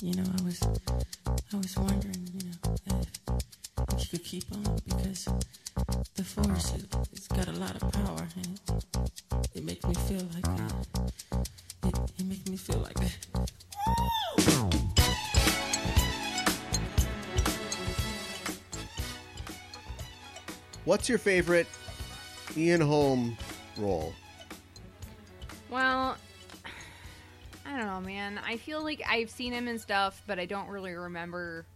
you know, I was, I was wondering, you know, if, if you could keep on because the force it, has got a lot of power and it, it makes me feel like it, it makes me feel like What's your favorite Ian Holm role? Well, I don't know, man. I feel like I've seen him in stuff, but I don't really remember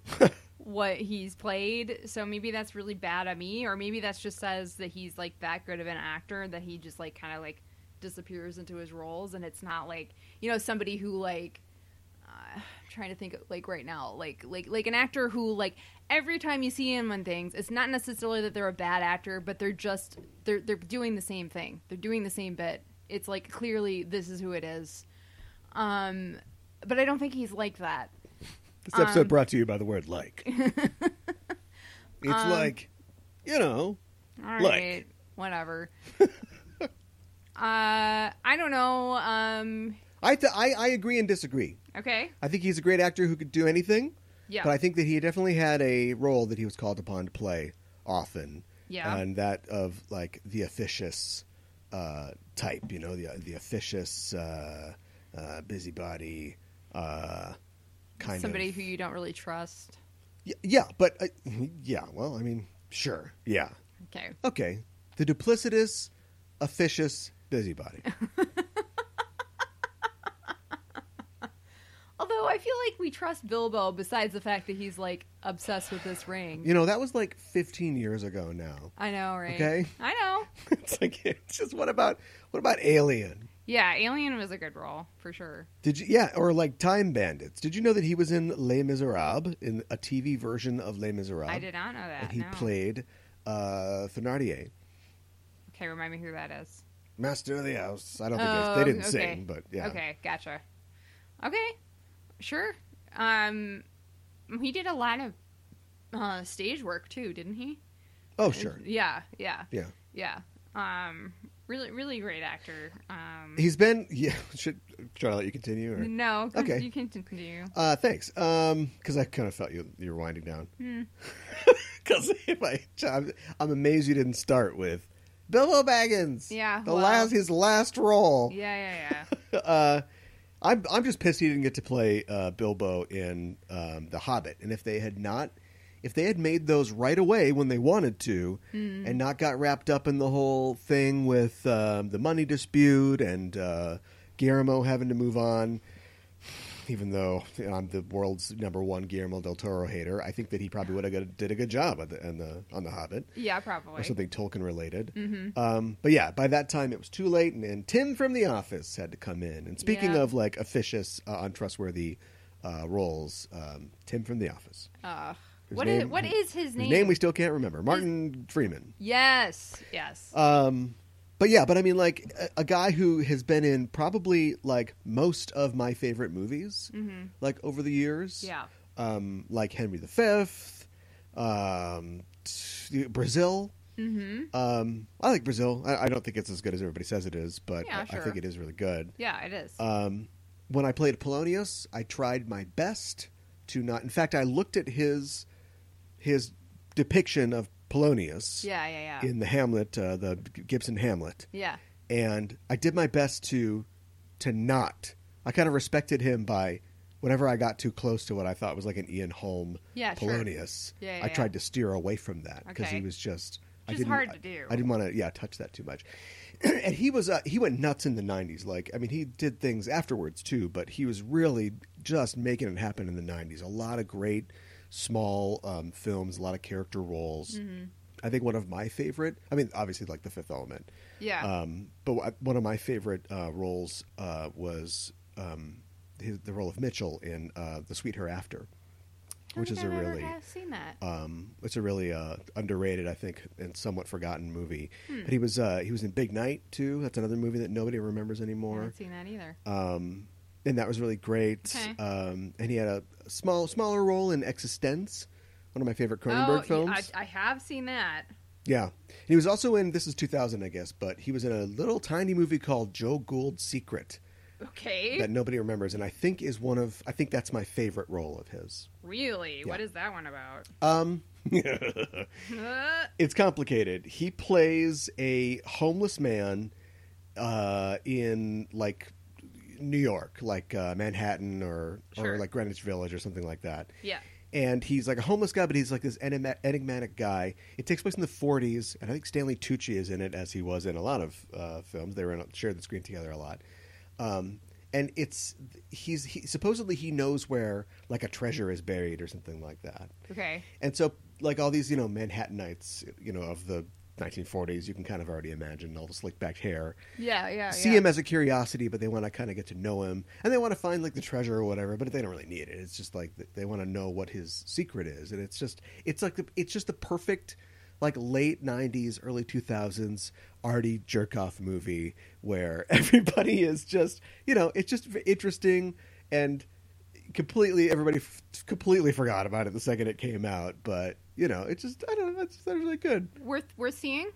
what he's played. So maybe that's really bad at me, or maybe that's just says that he's like that good of an actor that he just like kind of like disappears into his roles, and it's not like you know somebody who like uh, I'm trying to think of, like right now like like like an actor who like every time you see him on things it's not necessarily that they're a bad actor but they're just they're they're doing the same thing they're doing the same bit it's like clearly this is who it is um but i don't think he's like that This episode Um, brought to you by the word like. it's Um, like, you know, All right, Look. whatever. uh, I don't know. Um, I, th- I I agree and disagree. okay, I think he's a great actor who could do anything, yeah, but I think that he definitely had a role that he was called upon to play often, yeah, and that of like the officious uh, type, you know, the the officious uh, uh, busybody uh, kind somebody of who you don't really trust. Y- yeah, but uh, yeah, well, I mean, sure, yeah, Okay, okay, the duplicitous, officious busybody. although I feel like we trust Bilbo besides the fact that he's like obsessed with this ring. you know, that was like 15 years ago now. I know, right? Okay. I know. it's like it's just what about what about Alien? Yeah, Alien was a good role for sure. Did you yeah, or like Time Bandits. Did you know that he was in Les Miserables in a TV version of Les Miserables? I did not know that. And he no. played uh Thénardier, Okay, remind me who that is. master of the house. I don't think Oh, they, they didn't okay. sing, but yeah. Okay, gotcha. Okay, sure. Um, he did a lot of uh, stage work too, didn't he? Oh, sure. Yeah, yeah, Yeah. yeah. Um, really, really great actor. Um, He's been yeah, should should I let you continue or no, Okay. you can continue. Uh, thanks. Um, because I kind of felt you you were winding down. Hmm. Because if I, I'm, I'm amazed you didn't start with Bilbo Baggins. Yeah, the well- last his last role. Yeah, yeah, yeah. Uh, I'm I'm just pissed he didn't get to play uh, Bilbo in um, The Hobbit. And if they had not, if they had made those right away when they wanted to, and not got wrapped up in the whole thing with um, the money dispute and uh, Guillermo having to move on. Even though I'm the world's number one Guillermo del Toro hater, I think that he probably would have got- did a good job on the on the, on the Hobbit yeah, probably. Mm-hmm. or something Tolkien related. Um, but yeah, by that time it was too late, and, and Tim from The Office had to come in. And speaking Yeah. of like officious, uh, untrustworthy uh, roles, um, Tim from The Office. Uh, His what is- name- what is his His name? name we still can't remember. Martin Freeman. yes, yes. Um, but yeah, but I mean, like a, a guy who has been in probably like most of my favorite movies, like over the years Mm-hmm. yeah, um, like Henry V, um, t- Brazil. Mm-hmm. Um, I like Brazil. I, I don't think it's as good as everybody says it is, but Yeah, I- I, sure. think it is really good. yeah. It is. Um, when I played Polonius, I tried my best to not. In fact, I looked at his his depiction of Polonius yeah, yeah, yeah. in the Hamlet, uh, the Gibson Hamlet, yeah, and I did my best to to not. I kind of respected him by whenever I got too close to what I thought was like an Ian Holm Yeah, sure. Polonius. Yeah, yeah, I yeah. tried to steer away from that because he Okay. was just. I Just didn't, hard to do. I didn't want to, yeah, touch that too much. and he was, uh, he went nuts in the '90s. Like, I mean, he did things afterwards too, but he was really just making it happen in the '90s. A lot of great small um, films, a lot of character roles. Mm-hmm. I think one of my favorite. I mean, obviously, like The Fifth Element, yeah. um, but wh- one of my favorite uh, roles uh, was um, his, the role of Mitchell in uh, The Sweet Hereafter, I which don't is a think I've ever really have seen that. um, it's a really uh, underrated, I think, and somewhat forgotten movie. Hmm. But he was uh, he was in Big Night too. That's another movie that nobody remembers I anymore, haven't seen that either. um, and that was really great. Okay. Um, and he had a small smaller role in Existence, one of my favorite Cronenberg yeah, films. Oh, I, I have seen that. Yeah. He was also in, this is 2000, I guess, but he was in a little tiny movie called Joe Gould's Secret Okay. that nobody remembers, and I think is one of I think that's my favorite role of his. really? What Yeah. is that one about? Um, Uh, it's complicated. He plays a homeless man uh, in like New York, like uh, Manhattan or or Sure. like Greenwich Village or something like that. yeah. And he's like a homeless guy, but he's like this enigma- enigmatic guy. It takes place in the '40s, and I think Stanley Tucci is in it, as he was in a lot of uh, films. They were in, shared the screen together a lot. Um, and it's he's he, supposedly he knows where like a treasure is buried or something like that. Okay. And so, like all these, you know, Manhattanites, you know, of the 1940s, you can kind of already imagine all the slick back hair. Yeah, yeah. See Oh, yeah. him as a curiosity, but they want to kind of get to know him, and they want to find like the treasure or whatever. But they don't really need it. It's just like th- they want to know what his secret is, and it's just it's like the, it's just the perfect like late 90s, early 2000s arty jerk off movie where everybody is just you know it's just v- interesting and completely everybody f- completely forgot about it the second it came out, but you know it's just I don't know that's that's really good. worth worth seeing.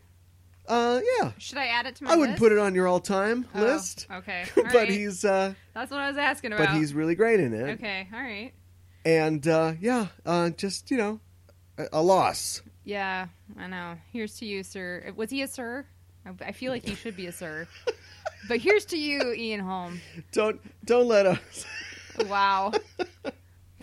Uh, yeah. Should I add it to my? I wouldn't put it on your all-time Oh, list, Okay. All but right. he's uh, That's what I was asking about. but he's really great in it. okay. All right. And uh, yeah, uh, just you know, a, a loss. Yeah, I know. Here's to you, sir. Uh, Was he a sir? I- I feel like he should be a sir. but here's to you, Ian Holm. Don't don't let us. Wow.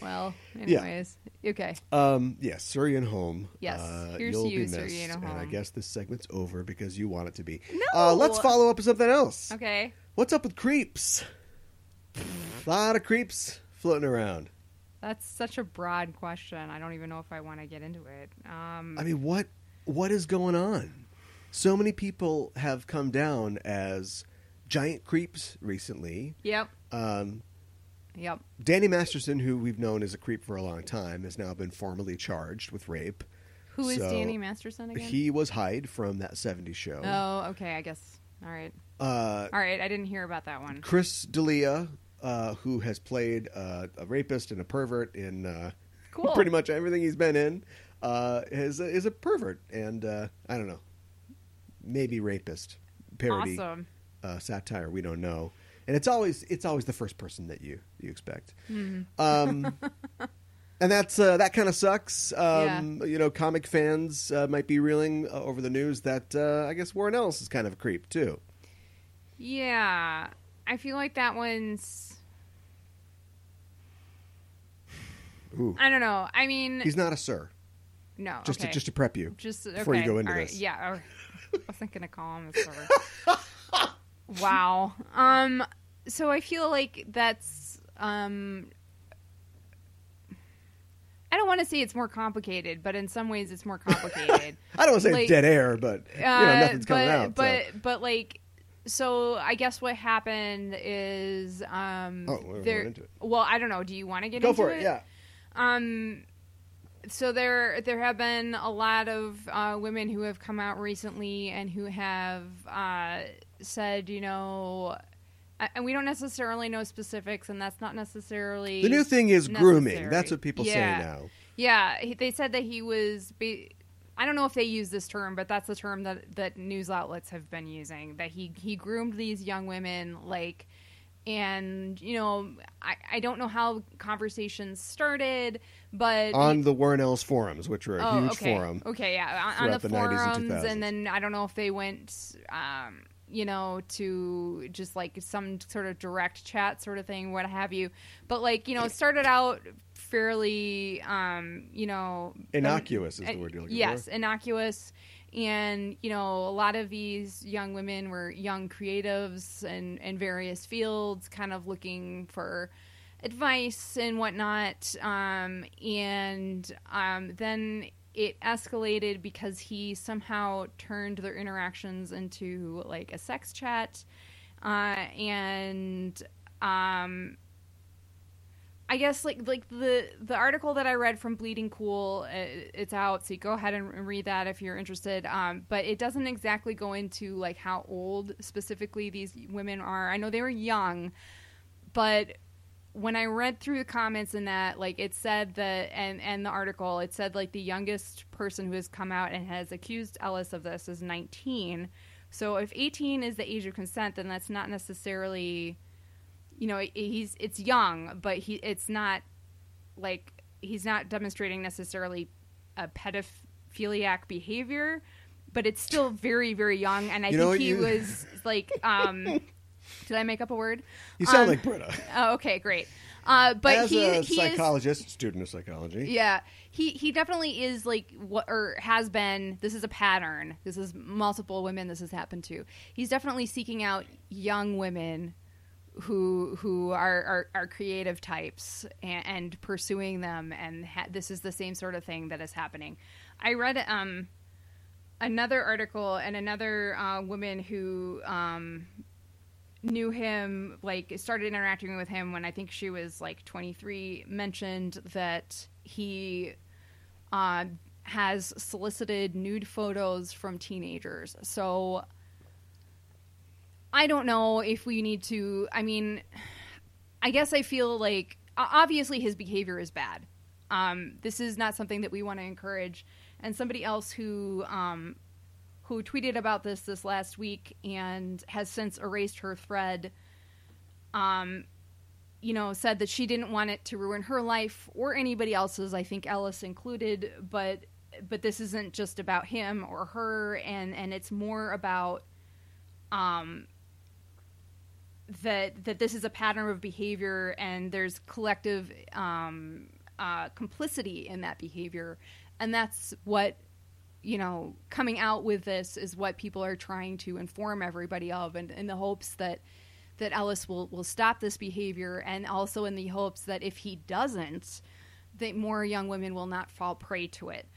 Well, anyways, okay. Um, yes, Sir Ian Holm. Yes, uh, here's you'll to you, be missed. Sir Ian And I Holm. guess this segment's over because you want it to be. No. Uh, let's follow up with something else. Okay. What's up with creeps? A lot of creeps floating around. That's such a broad question. I don't even know if I want to get into it. Um, I mean, what what is going on? So many people have come down as giant creeps recently. yep. Um, Yep. Danny Masterson, who we've known as a creep for a long time, has now been formally charged with rape. Who is So, Danny Masterson again? He um, was Hyde from that 70s show. oh, okay. I guess. All right. Uh, All right. I didn't hear about that one. Chris D'Elia, uh, who has played uh, a rapist and a pervert in uh, Cool. pretty much everything he's been in, uh, is, a, is a pervert and uh, I don't know, maybe rapist parody Awesome. uh, satire. We don't know, and it's always it's always the first person that you you expect. Mhm. Um, and that's uh, that kind of sucks. Um, You know, comic fans uh, might be reeling uh, over the news that uh, I guess Warren Ellis is kind of a creep too. Yeah. I feel like that one's. Ooh, I don't know. I mean, he's not a sir. no. Just okay. to, just to prep you. Just before you okay, go into all right, this. Yeah, all right. I wasn't gonna call him. It's over. wow. Um. So I feel like that's um. I don't want to say it's more complicated, but in some ways it's more complicated. I don't want to say like, it's dead air, but you know Uh, nothing's coming but, out. so- But but like, so I guess what happened is um. Oh, we're- we're there- into it. Well, I don't know. Do you want to get go into for it. Yeah. um so there there have been a lot of uh, women who have come out recently and who have uh, said you know a- and we don't necessarily know specifics and that's not necessarily The new thing is grooming. necessary. That's what people Yeah. say now. yeah he- they said that he was be- I don't know if they use this term, but that's the term that, that news outlets have been using. That he, he groomed these young women, like, and, you know, I, I don't know how conversations started, but. On the Warren Ellis forums, which were a huge Oh, okay. forum. Okay, yeah, on, on throughout the, the 90s and forums, and, 2000s. then I don't know if they went, um, you know, to just like some sort of direct chat sort of thing, what have you. But like, you know, it started out fairly, um, you know, Innocuous is uh, the word you're looking yes, for. innocuous. And you know, a lot of these young women were young creatives and in various fields, kind of looking for advice and whatnot. Um, and um, then it escalated because he somehow turned their interactions into like a sex chat, uh, and um, I guess like like the the article that I read from Bleeding Cool, uh, it's out, so you go ahead and and read that if you're interested. Um, but it doesn't exactly go into like how old specifically these women are. I know they were young, but when I read through the comments in that, like it said that, and and the article, it said like the youngest person who has come out and has accused Ellis of this is 19. So if 18 is the age of consent, then that's not necessarily you know, he's it's young, but he it's not like he's not demonstrating necessarily a pedophiliac behavior, but it's still very very young, and I You know think what he you- was like, um, did I make up a word? You sound Um, like Britta. Oh, okay, great. Uh, but As he a he is psychologist, student of psychology. yeah, he he definitely is like what or has been. This is a pattern. This is multiple women. This has happened to. He's definitely seeking out young women who who are are, are creative types and, and pursuing them. And ha- this is the same sort of thing that is happening. I read um another article and another uh, woman who um knew him like started interacting with him when i think she was like 23 mentioned that he uh, has solicited nude photos from teenagers so i don't know if we need to i mean i guess i feel like o- obviously his behavior is bad um, this is not something that we want to encourage and somebody else who um, who tweeted about this this last week and has since erased her thread um you know said that she didn't want it to ruin her life or anybody else's i think ellis included but but this isn't just about him or her and and it's more about um that that this is a pattern of behavior and there's collective um uh complicity in that behavior and that's what you know, coming out with this is what people are trying to inform everybody of, and in the hopes that that Ellis will will stop this behavior, and also in the hopes that if he doesn't, that more young women will not fall prey to it.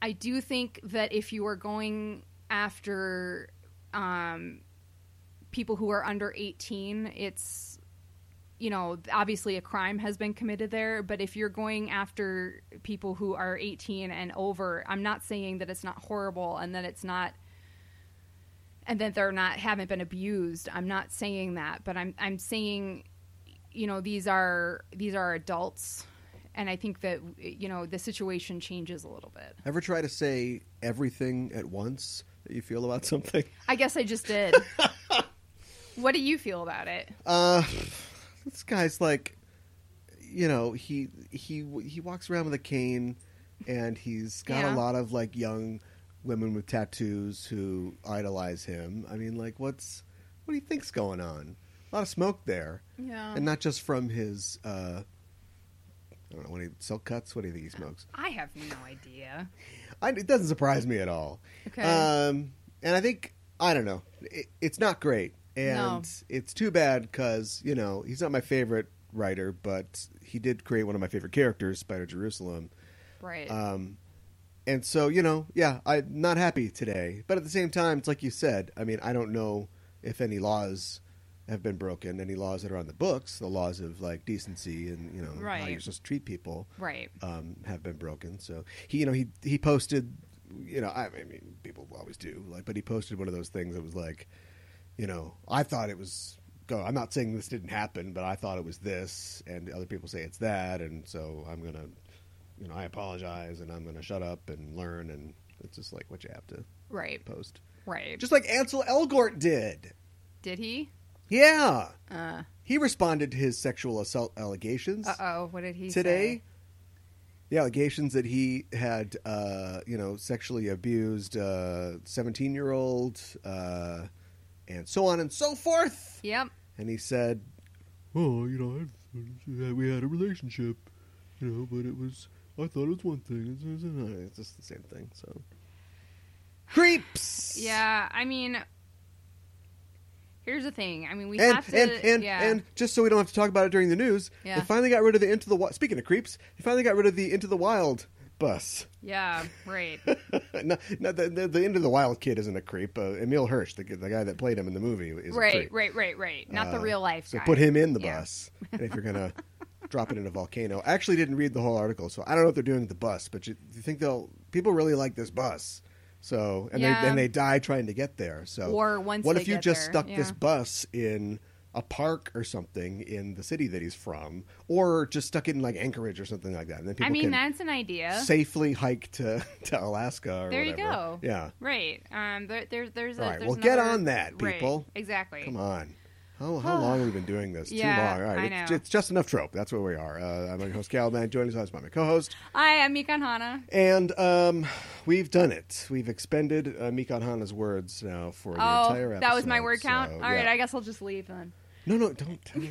I do think that if you are going after um, people who are under eighteen, it's you know, obviously a crime has been committed there, but if you're going after people who are 18 and over, I'm not saying that it's not horrible and that it's not and that they're not haven't been abused. I'm not saying that, but I'm I'm saying you know, these are these are adults and I think that you know, the situation changes a little bit. Ever try to say everything at once that you feel about something? I guess I just did. what do you feel about it? Uh, this guy's like, you know, he he he walks around with a cane, and he's got a Yeah. lot of like young women with tattoos who idolize him. I mean, like, what's what do you think's going on? A lot of smoke there, Yeah. and not just from his. Uh, I don't know what he silk cuts. What do you think he smokes? I have no idea. I, it doesn't surprise me at all. Okay. Um, and I think I don't know. It, it's not great, and No. it's too bad because you know he's not my favorite writer, but he did create one of my favorite characters, Spider Jerusalem. right. Um, and so you know, yeah, I'm not happy today, but at the same time, it's like you said. I mean, I don't know if any laws have been broken, any laws that are on the books, the laws of like decency and you know how Right. you're supposed to treat people right. um, have been broken. So he, you know, he he posted, you know, I, I mean, people always do, like, but he posted one of those things that was like, you know, I thought it was. Go. I'm not saying this didn't happen, but I thought it was this, and other people say it's that, and so I'm gonna, you know, I apologize, and I'm gonna shut up and learn, and it's just like what you have to Right. post, Right. just like Ansel Elgort did. Did he? Yeah, Uh he responded to his sexual assault allegations. oh. What did he today say? the allegations that he had uh, you know sexually abused a 17 year old uh, and so on and so forth Yep. and he said well, "Oh, you know, I, we had a relationship, you know, but it was, I thought it was one thing. It's, it's "Oh, it's just the same thing so creeps Yeah. I mean, here's the thing. I mean, we and have to. and and, yeah. and just so we don't have to talk about it during the news Yeah. they finally got rid of the into the Wi- speaking of creeps they finally got rid of the into the wild bus yeah. Right. no, no, the, the, the into the wild kid isn't a creep uh, emil hirsch the, the guy that played him in the movie is a creep. right. Right. Right. Right. Not the Uh, real life. So guy. put him in the Yeah. bus. And if you're gonna drop it in a volcano, I actually didn't read the whole article, so I don't know if they're doing the bus. But you, you think they'll people really like this bus, so and Yeah. they and they die trying to get there. So Or once what they if you get just there, stuck this yeah. bus in a park or something in the city that he's from, or just stuck it in like Anchorage or something like that, and then people I mean, can that's an idea. safely hike to to Alaska or There you whatever. go. Yeah, Right. Um. There, there, there's a. All right, There's well, get another- on that, right, people. Exactly. come on. How, how long have we been doing this? Yeah, Too long. All right. I it's, know. it's just enough trope. That's where we are. Uh, I'm your host, Calman, joined as always by my co host. Hi, I'm Mikan Hana. And um, we've done it. We've expended uh, Mikan Hana's words now for the entire Oh, episode. that was my word count. so, All right, yeah. I guess I'll just leave then. No, no, don't. don't.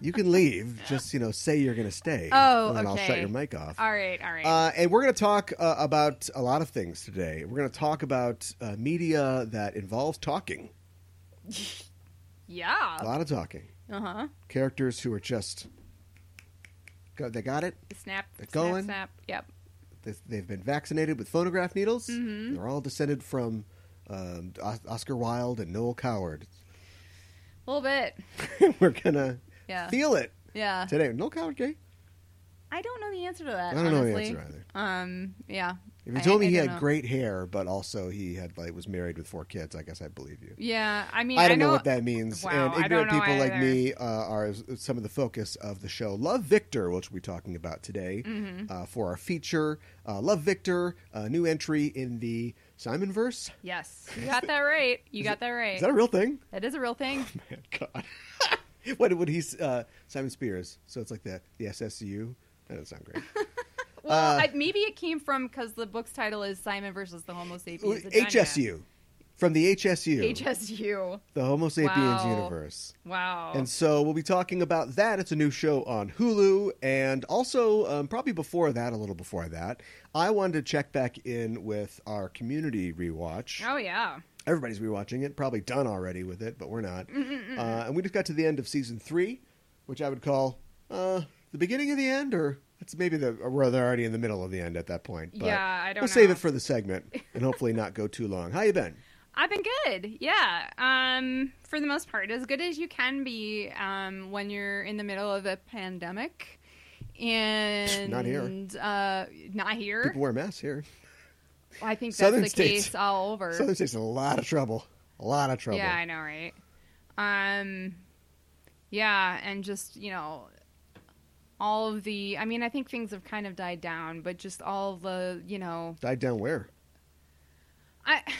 you can leave. Just, you know, say you're going to stay. Oh, And then I'll shut okay. your mic off. All right, all right. Uh, and we're going to talk uh, about a lot of things today. We're going to talk about uh, media that involves talking, a yeah. lot of talking. Uh huh. Characters who are just. Go, they got it. Snap. They're Snap. going. Snap. Yep. They- They've been vaccinated with phonograph needles. Mm-hmm. They're all descended from um, O- Oscar Wilde and Noel Coward. A little bit. we're going to Yeah. feel it Yeah. today. Noel Coward gay? I don't know the answer to that. I don't know the honestly. answer either. Um. Yeah. If you I- told me I he don't had know. great hair, but also he had like was married with four kids, I guess I believe you. Yeah. I mean, I don't know, what that means. Wow, I and don't ignorant know people like either. me uh, are s- some of the focus of the show Love Victor, which we'll be talking about Mm-hmm. today uh, for our feature. Uh, Love Victor, a new entry in the Simon verse. Yes, you got that right. You got that right. Is that a real thing? that is a real thing. Man, God. what would he, s- uh, Simon Spears? So it's like the, the SSU. That doesn't sound great. Uh, Well, I, maybe it came from because the book's title is Simon versus the Homo sapiens. vagina. HSU. From the HSU, HSU. the Homo sapiens Wow. universe. Wow. And so we'll be talking about that. It's a new show on Hulu. And also, um, probably before that, a little before that, I wanted to check back in with our community rewatch. oh yeah. Everybody's rewatching it, probably done already with it, but we're not. Mm-hmm, Uh, and we just got to the end of season three, which I would call uh, the beginning of the end, or it's maybe the, or we're already in the middle of the end at that point. But Yeah, I don't We'll save know. it for the segment and hopefully not go too long. How you been? I've been good. Yeah. Um, for the most part, as good as you can be um, when you're in the middle of a pandemic. And Not here. Uh, not here. People wear masks here. I think that's Southern the states- case all over. Southern State's in a lot of trouble. A lot of trouble. Yeah, I know, right? Um, yeah, and just you know, all of the. I mean, I think things have kind of died down, but just all the you know, Died down where? I.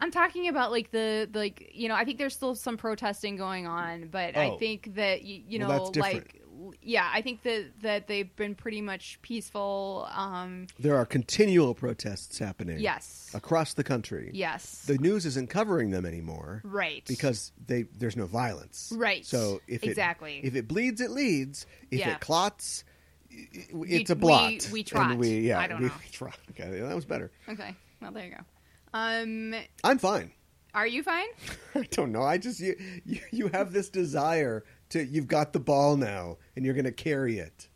I'm talking about like the like you know I think there's still some protesting going on, but I Oh. think that you, you Well, know that's different. like l- yeah I think that that they've been pretty much peaceful. Um, There are continual protests happening. yes, Across the country. yes, The news isn't covering them anymore right because they there's no violence. Right. So if it- Exactly. if it bleeds, it leads. If Yeah. it clots, i- i- it's a we- blot. we And trot. we yeah. I don't we, know. trot. Okay, that was better. okay well there you go. Um, I'm fine. are you fine? I don't know. I just you, you you have this desire to you've got the ball now and you're going to carry it.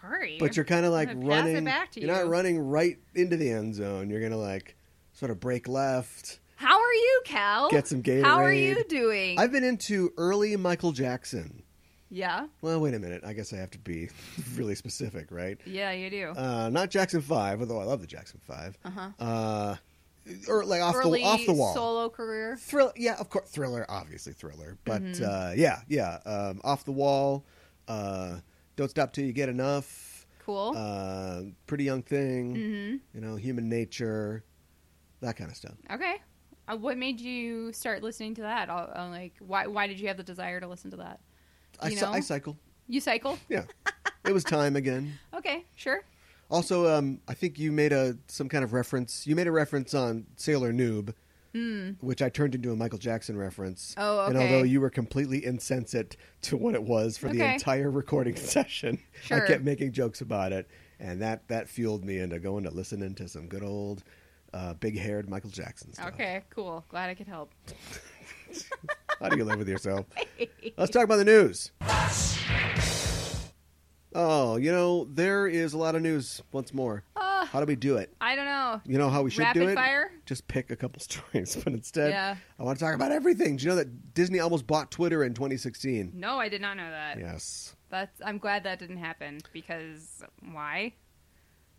Sorry. But you're kind of like gonna pass it running. back to You're not you. running right into the end zone. You're going to like sort of break left. How are you, Cal? Get some Gatorade. Oh, How are you doing? I've been into early Michael Jackson. Yeah, Well, wait a minute. I guess I have to be really specific, right? yeah, you do. Uh, not Jackson Five, although I love the Jackson Five. Uh-huh. Uh, or like off Early the off the wall. solo career. Thriller, yeah, of course, thriller, obviously thriller, but Mm-hmm. uh, yeah, yeah, um, off the wall. Uh, don't stop till you get enough. Cool. Uh, pretty young thing. Mhm. You know, human nature, that kind of stuff. okay. Uh, what made you start listening to that? I'll, i like, why? Why did you have the desire to listen to that? I, You cy- know? I cycle. You cycle? Yeah, it was time again. Okay, sure. Also, um, I think you made a some kind of reference. You made a reference on Sailor Noob, which I turned into a Michael Jackson reference. Hmm. Oh, And okay. although you were completely insensate to what it was for the Okay. entire recording session, I Sure. kept making jokes about it, and that that fueled me into going to listening to some good old uh, big-haired Michael Jackson stuff. Okay, cool. Glad I could help. How do you live with yourself? Let's talk about the news. Oh, you know, there is a lot of news once more. Uh, How do we do it? I don't know. You know how we should Rapid do it? fire? Just pick a couple stories, but instead, Yeah. I want to talk about everything. Do you know that Disney almost bought Twitter in 2016? No, I did not know that. Yes. That's. I'm glad that didn't happen because why?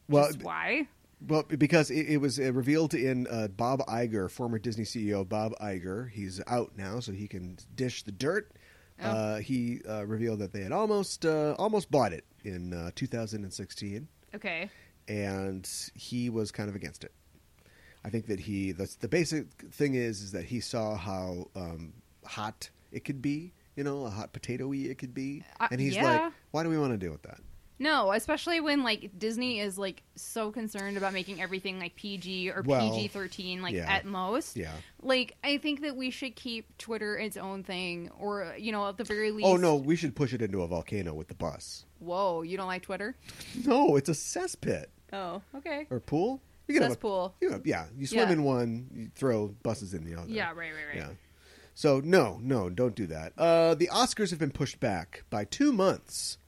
Well, Just why? well, because it, it was uh, revealed in uh, Bob Iger, former Disney CEO Bob Iger. He's out now, so he can dish the dirt. Oh. Uh, he uh, revealed that they had almost uh, almost bought it in uh, 2016, Okay. and he was kind of against it. I think that he that's the basic thing is is that he saw how um, hot it could be, you know, how hot potatoy it could be, Uh, and he's yeah. like, why do we want to deal with that? No, especially when like Disney is like so concerned about making everything like PG or Well, PG thirteen, like yeah. at most. Yeah. Like I think that we should keep Twitter its own thing, or you know, at the very least. Oh no, we should push it into a volcano with the bus. Whoa, you don't like Twitter? No, it's a cesspit Oh, okay. or pool. You can have a- Cesspool. you know, yeah, you swim Yeah. in one, you throw buses in the other. Yeah, right, right, right. Yeah. So no, no, don't do that. Uh, the Oscars have been pushed back by two months.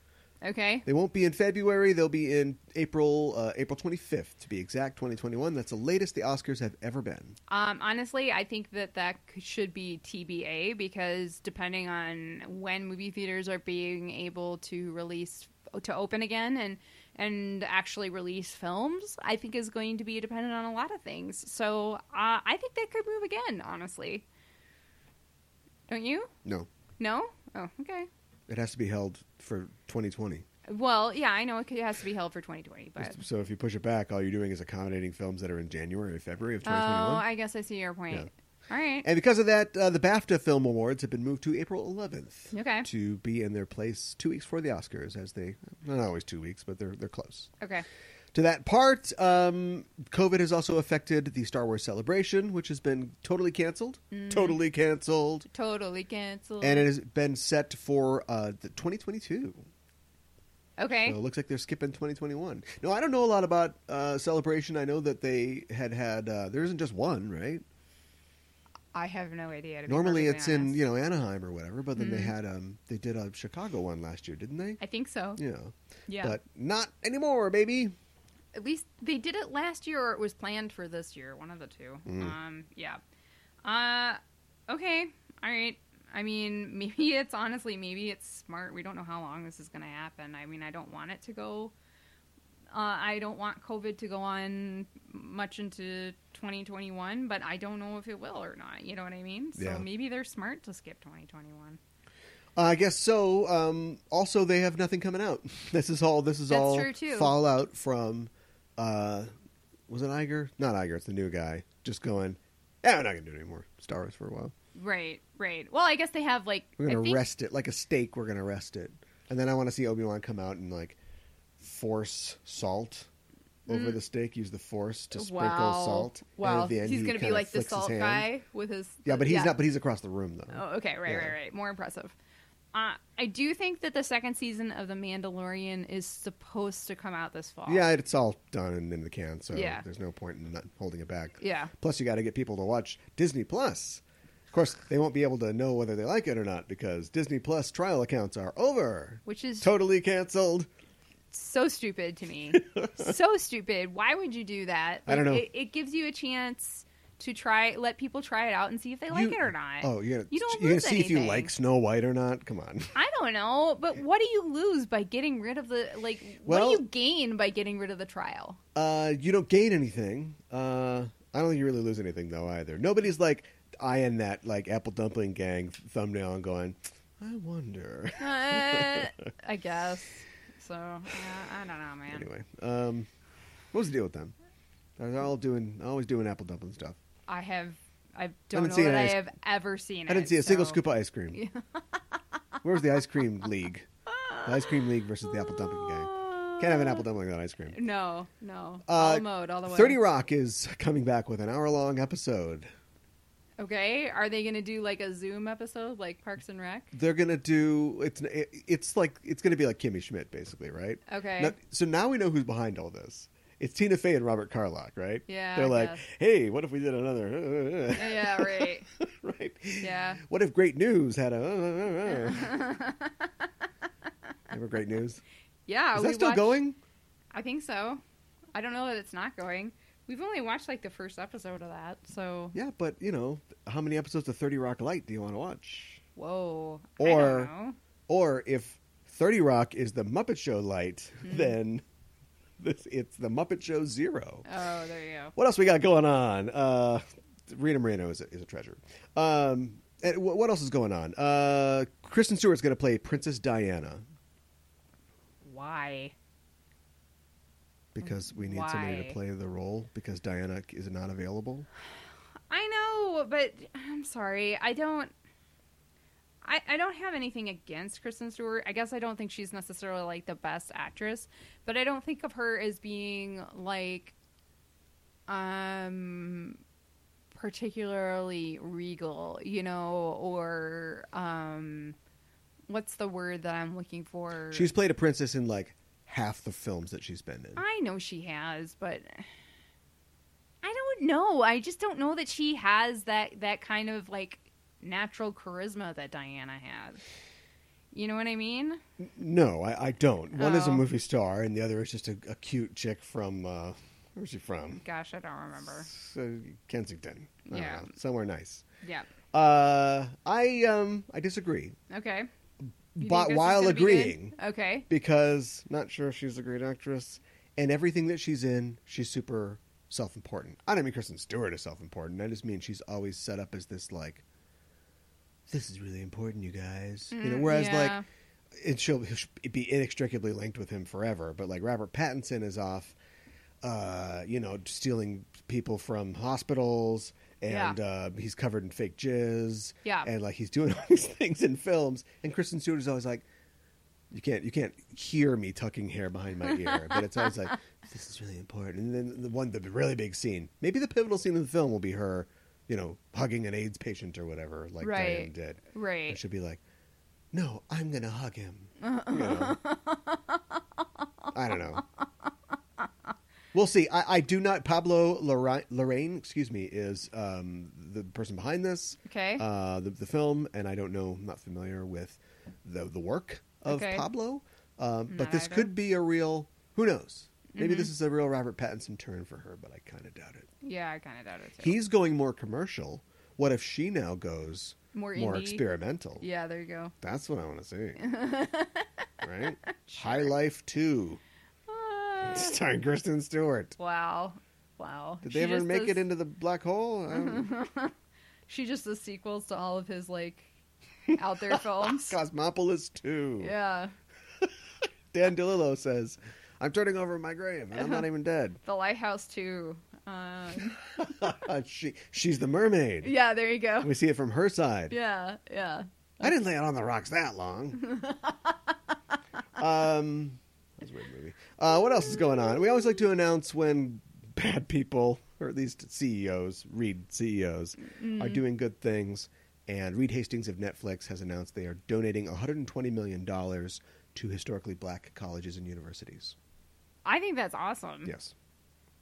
Okay. They won't be in February. They'll be in April, uh, April 25th to be exact, 2021. That's the latest the Oscars have ever been. Um, honestly, I think that that c- should be TBA because depending on when movie theaters are being able to release to open again and and actually release films, I think is going to be dependent on a lot of things. So uh, I think that could move again. Honestly, don't you? No, No? Oh, okay. it has to be held for 2020. Well, yeah, I know it, could, it has to be held for 2020, but So if you push it back, all you're doing is accommodating films that are in January or February of oh, 2021. I guess I see your point. All right. And because of that, uh, the BAFTA Film Awards have been moved to April 11th. Okay. To be in their place two weeks before the Oscars, as they not always two weeks, but they're they're close. Okay. To that part, um, COVID has also affected the Star Wars celebration, which has been totally canceled. Mm. Totally canceled. Totally canceled. And it has been set for uh, the 2022. okay. So it looks like they're skipping 2021. No, I don't know a lot about uh, celebration. I know that they had had, uh, there isn't just one, right? I have no idea. To be Normally perfectly it's in honest. you know Anaheim or whatever, but then Mm. they had um they did a Chicago one last year, didn't they? I think so. Yeah. Yeah. But not anymore, baby. At least they did it last year, or it was planned for this year. One of the two. Mm-hmm. Um. Yeah. Uh. Okay. All right. I mean, maybe it's honestly, maybe it's smart. We don't know how long this is going to happen. I mean, I don't want it to go. Uh, I don't want COVID to go on much into 2021, but I don't know if it will or not. You know what I mean? So Yeah. maybe they're smart to skip 2021. Uh, I guess so. Um, also, they have nothing coming out. This is all. This is That's all true, too. fallout from. Uh, was it Iger? Not Iger. It's the new guy. Just going. Yeah, we're not gonna do it anymore. Star Wars for a while. Right. Right. Well, I guess they have like. We're I gonna think- rest it like a steak. We're gonna rest it, and then I want to see Obi Wan come out and like force salt over the steak. Use the force to sprinkle salt. and Mm. Wow, at the end he's he gonna be kinda like the flicks his salt hand. guy with his. Yeah, but he's not. But he's across the room though. Oh, okay, right, Yeah. right, right. More impressive. Uh, I do think that the second season of The Mandalorian is supposed to come out this fall. Yeah, it's all done and in the can, so Oh. Yeah. there's no point in not holding it back. Yeah. Plus, you got to get people to watch Disney Plus. Of course, they won't be able to know whether they like it or not because Disney Plus trial accounts are over. Which is Totally canceled. so stupid to me. so stupid. Why would you do that? I don't know. It, it gives you a chance to try, let people try it out and see if they like You- it or not. Oh, you're gonna, You don't you're gonna lose see if you anything. like Snow White or not. Come on. I don't know, but what do you lose by getting rid of the like? Well- what do you gain by getting rid of the trial? Uh, you don't gain anything. Uh, I don't think you really lose anything though either. Nobody's like eyeing that like apple dumpling gang thumbnail and going, I wonder. uh, I guess. So yeah, I don't know, man. Anyway, um, what was the deal with them? They're all doing, always doing apple dumpling stuff. I have I haven't don't know seen that an I ice- have ever seen it. I didn't see a single so- scoop of ice cream. Where was the ice cream league? The ice cream league versus the apple dumpling gang. Can't have an apple dumpling without ice cream. No, no. Uh, all mode, all the way. Thirty Rock is coming back with an hour-long episode. Okay, are they gonna do like a Zoom episode, like Parks and Rec? They're gonna do it's it's like it's gonna be like Kimmy Schmidt basically, right? Okay. Now- so now we know who's behind all this. It's Tina Fey and Robert Carlock, right? Yeah, They're I like, guess. hey, what if we did another? yeah, right. right? Yeah. What if great news had a? Remember great news? Yeah, Is we that still watched- going? I think so. I don't know that it's not going. We've only watched like the first episode of that, so Yeah, but you know, how many episodes of Thirty Rock Light do you want to watch? whoa. I don't Or- know. Or if Thirty Rock is the Muppet Show Light, then this it's the Muppet Show Zero. oh, there you go. What else we got going on? Uh, Rita Moreno is a, is a treasure. Um, and wh- what else is going on? Uh, Kristen Stewart's going to play Princess Diana. Why? because we need somebody Why? to play the role because Diana is not available. I know, but I'm sorry. I don't. I, I don't have anything against Kristen Stewart. I guess I don't think she's necessarily like the best actress, but I don't think of her as being like um particularly regal, you know, or um what's the word that I'm looking for? She's played a princess in like half the films that she's been in. I know she has, but I don't know. I just don't know that she has that that kind of like natural charisma that Diana had. You know what I mean? No, I, I don't. One is a Oh. movie star, and the other is just a, a cute chick from uh, where's she from? Gosh, I don't remember. So, Kensington, I don't Yeah. know, somewhere nice. Yeah. Uh, I um I disagree, Okay. You think this but is while gonna be good? agreeing, Okay. because not sure if she's a great actress, and everything that she's in, she's super self-important. I don't mean Kristen Stewart is self-important. I just mean she's always set up as this like, this is really important, you guys. you know, Mm, whereas like yeah. and she'll she'll be inextricably linked with him forever. But like Robert Pattinson is off, uh, you know, stealing people from hospitals, and Yeah. uh, he's covered in fake jizz, Yeah. and like he's doing all these things in films. And Kristen Stewart is always like, you can't you can't hear me tucking hair behind my ear, but it's always like this is really important. And then the one the really big scene, maybe the pivotal scene of the film will be her, you know, hugging an AIDS patient or whatever, like Diane Right. did and Right. she'll be like, "No, I'm gonna hug him." You know? I don't know. We'll see. I, I do not. Pablo Lorraine, Lorraine excuse me, is um, the person behind this, Okay. uh, the, the film, and I don't know. I'm not familiar with the the work of Okay. Pablo, um, but Not this either. could be a real. Who knows? Maybe this Mm-hmm. is a real Robert Pattinson turn for her, but I kind of doubt it. yeah, I kind of doubt it too. He's going more commercial. What if she now goes More more indie. experimental? Yeah, there you go. That's what I want to see. right? High Life 2, Ah, starring Kristen Stewart. wow. Wow. Did they She ever just make does- it into the black hole? I don't- She just does sequels to all of his like out there films. Cosmopolis 2. yeah. Dan DeLillo says, I'm turning over in my grave and I'm not even dead. The Lighthouse too. Um, Uh, she, she's the mermaid. yeah, there you go. We see it from her side. Yeah, yeah. I didn't lay out on the rocks that long. um, that was a weird movie. Uh, what else is going on? We always like to announce when bad people, or at least E CEOs, Reed CEOs, E are Mm. doing good things. And Reed Hastings of Netflix has announced they are donating 120 million dollars to historically black colleges and universities. I think that's awesome. Yes.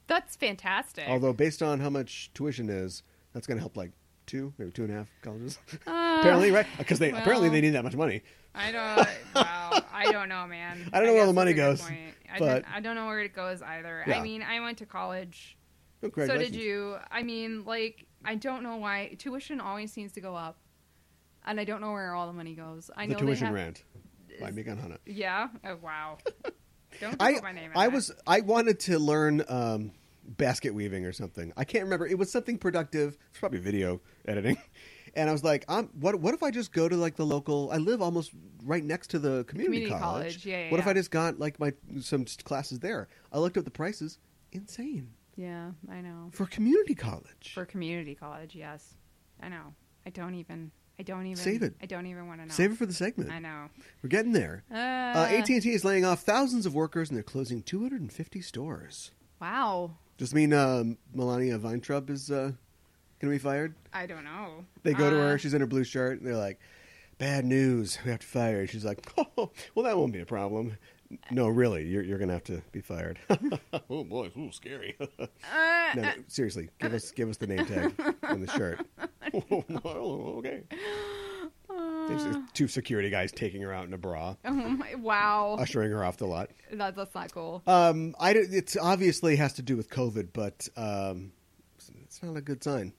That's fantastic. Although based on how much tuition is, that's going to help like two, maybe two and a half colleges. Uh, apparently, right? Because they apparently well. they need that much money. Oh, I don't. Wow. I don't know, man. I don't know where guess the money that's goes, a good point. I, but- don't, I don't know where it goes either. Yeah. I mean, I went to college. So Congratulations. did you. I mean, like, I don't know why tuition always seems to go up, and I don't know where all the money goes. I the know tuition they have, rant by Mikan Hana. Yeah. Oh, wow. don't I put my name. in I that. was I wanted to learn um, basket weaving or something. I can't remember. It was something productive. It's probably video editing. And I was like, i what what if I just go to like the local? I live almost right next to the community, Community college. college, yeah, yeah, what if yeah. I just got like my some classes there? I looked up the prices. Insane Yeah, I know. for community college. For community college, yes. I know. I don't even. I don't even. Save it. I don't even want to know. Save it for the segment. I know. We're getting there. Uh, Uh, AT&T is laying off thousands of workers and they're closing 250 stores. Wow. Does it mean um, Melania Weintraub is uh, going to be fired? I don't know. They go to Uh, her. She's in her blue shirt, and they're like, "Bad news. We have to fire." you." She's like, "Oh, well, that won't be a problem." No, really, you're you're gonna have to be fired. oh boy, ooh, scary. no, uh, no, seriously, give us give us the name tag on the shirt. oh, okay. There's just two security guys taking her out in a bra, oh my, wow. ushering her off the lot. that, that's not cool. Um, I don't, it's obviously has to do with COVID, but um, it's not a good sign.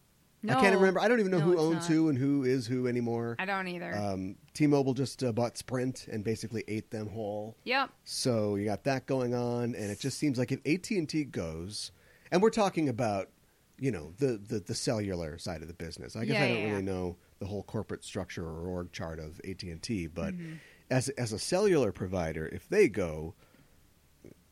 I can't No. remember. I don't even know No, who it's owns not. who and who is who anymore. I don't either. Um, T-Mobile just uh, bought Sprint and basically ate them whole. yep. So you got that going on, and it just seems like if AT and T goes, and we're talking about, you know, the the, the cellular side of the business. I guess Yeah, I don't yeah, really yeah. know the whole corporate structure or org chart of Mm-hmm. AT and T, but as as a cellular provider, if they go,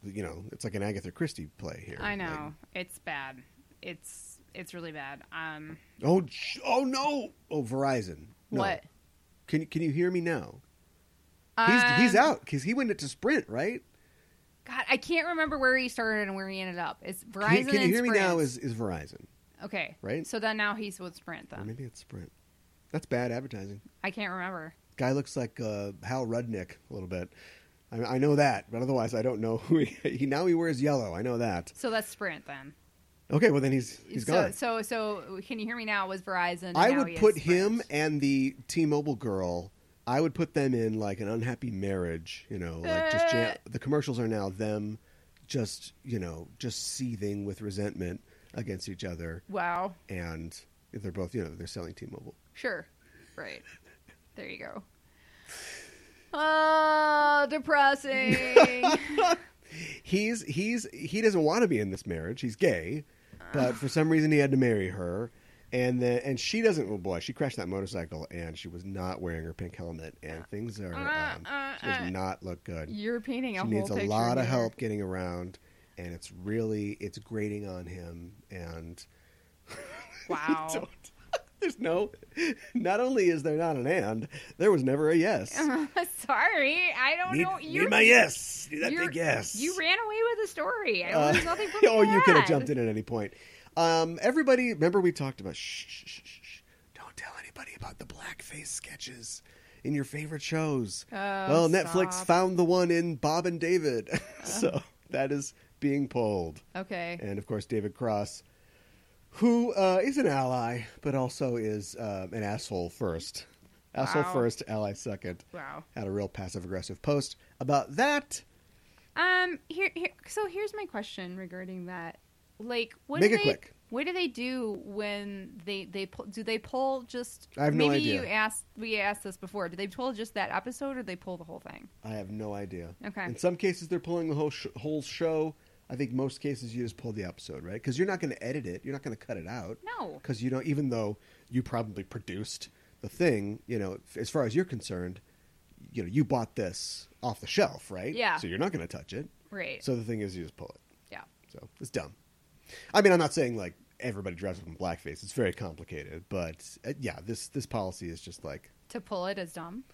you know, it's like an Agatha Christie play here. I know Like, it's bad. It's it's really bad. Um, oh, sh- oh no! Oh, Verizon. No. what? Can can you hear me now? He's he's Um, out because he went into Sprint, right? God, I can't remember where he started and where he ended up. It's Can you- Verizon. can you and hear me now? Sprint. Is is Verizon okay, right? So then now he's with Sprint. or Then Uh, maybe it's Sprint? That's bad advertising. I can't remember. Guy looks like uh, Hal Rudnick a little bit. I, I know that, but otherwise I don't know who he, he. Now he wears yellow. I know that. So that's Sprint then. Okay, well then he's he's so, gone. So so can you hear me now? Was Verizon? and I now would he is put Sprint. him and the T-Mobile girl. I would put them in like an unhappy marriage. You know, like just jam- Uh. the commercials are now them, just you know, just seething with resentment against each other, Wow. and they're both you know they're selling T-Mobile. Sure. Right. There you go. Oh, depressing. He's he's he doesn't want to be in this marriage. He's gay, but for some reason he had to marry her. And the, and she doesn't. Oh boy, she crashed that motorcycle, and she was not wearing her pink helmet, and things are Uh, um, uh, she does uh. not look good. You're painting a she whole needs a picture lot of here. help getting around and it's really it's grating on him and Wow. there's no not only is there not an and there was never a yes Sorry, I don't need, know. need Uh-huh. You're- my yes need that you're- big yes You ran away with the story. I Uh, learned nothing from oh you could have that. jumped in at any point um, everybody remember we talked about shh, shh, shh, shh, shh, don't tell anybody about the blackface sketches in your favorite shows Oh, well netflix stop. Uh-huh. found the one in bob and david so that is being pulled Okay. and of course David Cross, who uh, is an ally but also is uh, an asshole first. Asshole Wow. first, ally second. Wow. Had a real passive aggressive post about that. Um. Here, here. So here's my question regarding that. Like, what Make do it they? quick. What do they do when they they pull, do they pull just? I have no maybe idea. you asked we asked this before. Do they pull just that episode or they pull the whole thing? I have no idea. Okay. In some cases, they're pulling the whole sh- whole show. I think most cases you just pull the episode, right? Because you're not going to edit it. You're not going to cut it out. No. Because you don't. Even though you probably produced the thing, you know, f- as far as you're concerned, you know, you bought this off the shelf, right? Yeah. So you're not going to touch it. Right. So the thing is, you just pull it. yeah. So it's dumb. I mean, I'm not saying like everybody dresses in blackface. It's very complicated, but uh, yeah, this this policy is just like, To pull it is dumb.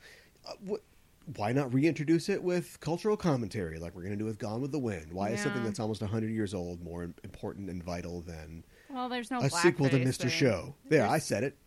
uh, wh- why not reintroduce it with cultural commentary, like we're going to do with Gone with the Wind? Why is something Yeah. that's almost 100 years old more im- important and vital than Well, there's no a sequel to blackface Mr. thing. Show? There, I There's- said it.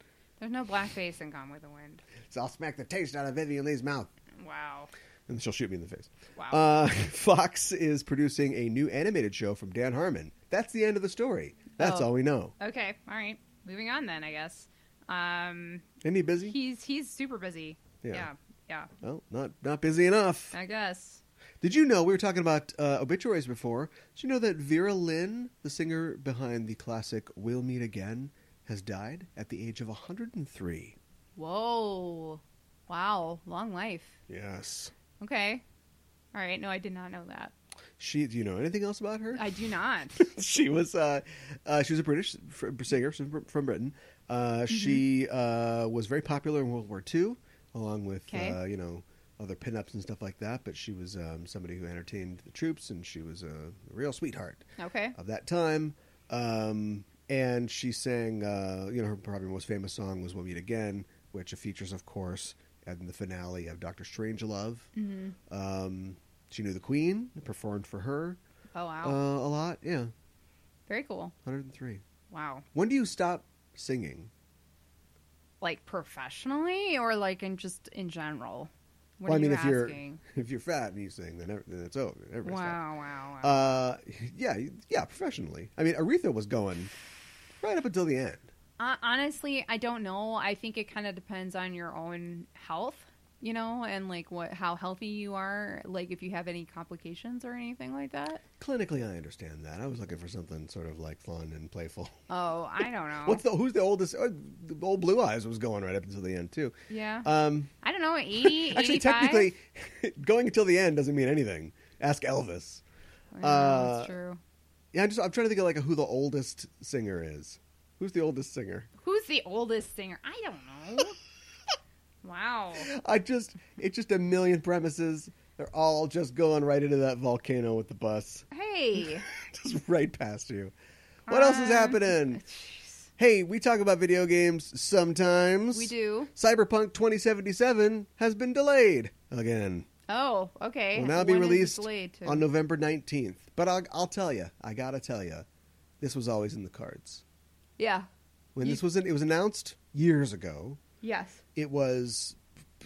There's no blackface in Gone with the Wind. So I'll smack the taste out of Vivian Lee's mouth, Wow. and she'll shoot me in the face. Wow. Uh, Fox is producing a new animated show from Dan Harmon. That's the end of the story. That's Oh. all we know. Okay, all right. Moving on then, I guess. Um, Isn't he busy? he's he's super busy. Yeah. Yeah, yeah, Well, not not busy enough. I guess. Did you know we were talking about uh, obituaries before? Did you know that Vera Lynn, the singer behind the classic "We'll Meet Again," has died at the age of 103? Whoa, wow, long life. Yes. Okay, all right. No, I did not know that. She. Do you know anything else about her? I do not. she was uh, uh, she was a British fr- singer from, from Britain. Mm-hmm. Uh, She uh, was very popular in World War II, along with Okay. uh, you know other pinups and stuff like that. But she was um, somebody who entertained the troops, and she was a real sweetheart. Okay, of that time. Um, and she sang, uh, you know, her probably most famous song was "We'll Meet Again," which features, of course, in the finale of Doctor Strangelove. Mhm. Um, she knew the Queen, performed for her Oh wow, uh, a lot. Yeah, very cool. 103. Wow, When do you stop singing? like professionally or like in just in general. What Well, are I mean, you if asking? you're if you're fat and you sing, then, every, then it's over. Everybody stops. Wow, wow, wow. Uh, yeah, yeah, professionally. I mean, Aretha was going right up until the end. Uh, honestly, I don't know. I think it kind of depends on your own health, you know, and like what how healthy you are, like if you have any complications or anything like that. Clinically, I understand that. I was looking for something sort of like fun and playful. Oh, I don't know. What's the who's the oldest? Uh, the old Blue Eyes was going right up until the end too. yeah. Um, I don't know. 80, actually, 85? technically, going until the end doesn't mean anything. Ask Elvis. I know, uh, that's true. Yeah, I'm just I'm trying to think of like who the oldest singer is. Who's the oldest singer? Who's the oldest singer? I don't know. wow. I just it's just a million premises. They're all just going right into that volcano with the bus, Hey. just right past you. What else is Uh, happening? Hey, we talk about video games sometimes. We do. Cyberpunk 2077 has been delayed again. Oh, okay. Will now be When is it released delayed to? on November 19th. But I'll, I'll tell you, I gotta tell you, this was always in the cards. Yeah. When You- this was, in, it was announced years ago. Yes. It was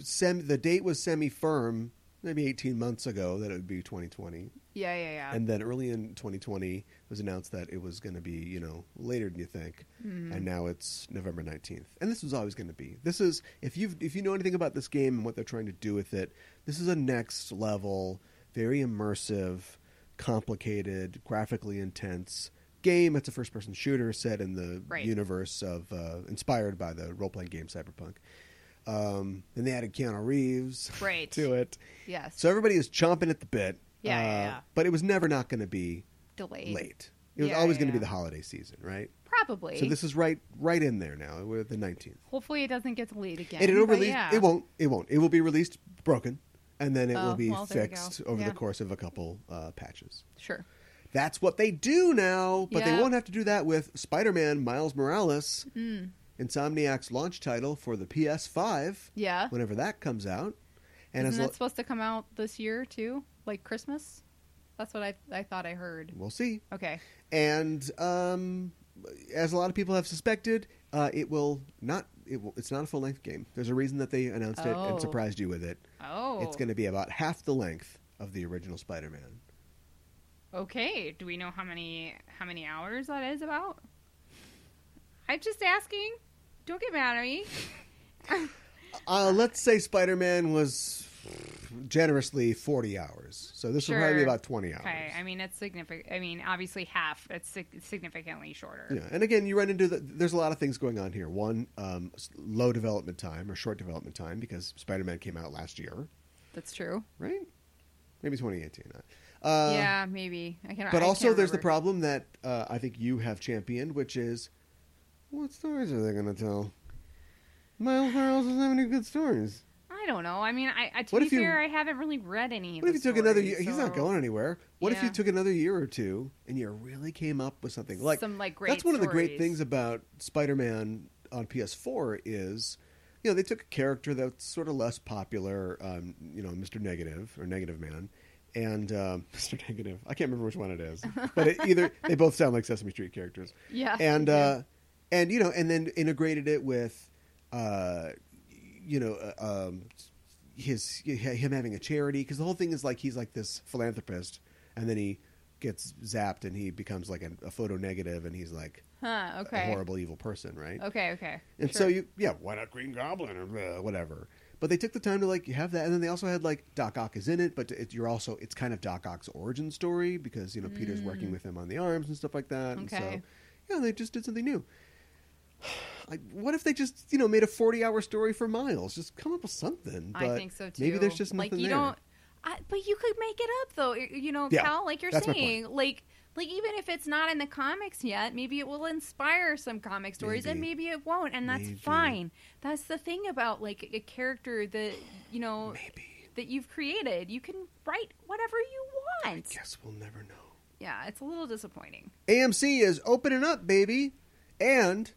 sem, the date was semi-firm, maybe 18 months ago, that it would be 2020. Yeah, yeah, yeah. And then early in 2020, it was announced that it was going to be, you know, later than you think. And now it's November 19th. And this was always going to be. This is if you if you know anything about this game and what they're trying to do with it, this is a next level, very immersive, complicated, graphically intense game. It's a first person shooter set in the Right. universe of uh, inspired by the role playing game Cyberpunk. Um, and they added Keanu Reeves Right. to it. yes. So everybody is chomping at the bit. uh, Yeah, yeah, yeah. But it was never not going to be delayed. late. It was Yeah, always yeah, going to yeah. be the holiday season, right? Probably. So this is right, right in there now. We're at the nineteenth. Hopefully it doesn't get delayed again. And it'll but release. yeah. It won't. It won't. It will be released broken, and then it Oh, will be well, there you go. fixed over Yeah. the course of a couple uh, patches. Sure. That's what they do now, but Yeah. they won't have to do that with Spider-Man Miles Morales, Mm. Insomniac's launch title for the PS5, Yeah. whenever that comes out. And Isn't as that lo- supposed to come out this year too? Like Christmas? That's what I I thought I heard. we'll see. Okay. and um, as a lot of people have suspected, uh, it will not. It will, it's not a full length game. There's a reason that they announced it Oh. and surprised you with it. Oh. It's going to be about half the length of the original Spider-Man. Okay. Do we know how many how many hours that is about? I'm just asking. Don't get mad at me. Uh, let's say Spider-Man was generously 40 hours, so this will probably be Sure. about 20 hours. Okay. I mean, it's significant. I mean, obviously half. It's sig- significantly shorter. Yeah, and again, you run into the, there's a lot of things going on here. One, um, s- low development time or short development time because Spider-Man came out last year, That's true. right? Maybe 2018. Uh, yeah, maybe. I can. But I also, can't there's the remember. problem that uh, I think you have championed, which is what stories are they going to tell? Miles Morales doesn't have any good stories. I don't know. I mean, I, I to What be if you- fair, I haven't really read any. What of if the you took another year? stories, He's not so- going anywhere. What if you Yeah. took another year or two and you really came up with something like Some, like, great That's one of the great stories. things about Spider-Man on PS4 is, you know, they took a character that's sort of less popular, um, you know, Mister Negative or Negative Man, and um, Mister Negative. I can't remember which one it is, but it, either they both sound like Sesame Street characters. Yeah. and Yeah. uh, and you know, and then integrated it with, uh, you know, uh, um, his him having a charity because the whole thing is like he's like this philanthropist, and then he gets zapped and he becomes like a, a photo negative, and he's like Huh. a Okay. horrible evil person, right? Okay. Okay. And Sure. so you, yeah, why not Green Goblin or blah, whatever? But they took the time to like have that, and then they also had like Doc Ock is in it, but it, you're also it's kind of Doc Ock's origin story because you know Peter's working with him on the arms and stuff like that. Mm. Okay. And so, yeah, they just did something new. Like, what if they just you know made a 40 hour story for Miles? Just come up with something. I but think so too. Maybe there's just like nothing you there. don't. I, but you could make it up though. y- You know, Yeah, Cal, like you're that's my saying, like like even if it's not in the comics yet, maybe it will inspire some comic stories, and Maybe. maybe it won't, and that's Maybe. fine. That's the thing about like a character that you know Maybe. that you've created. You can write whatever you want. Guess we'll never know. Yeah, it's a little disappointing. AMC is opening up, baby, and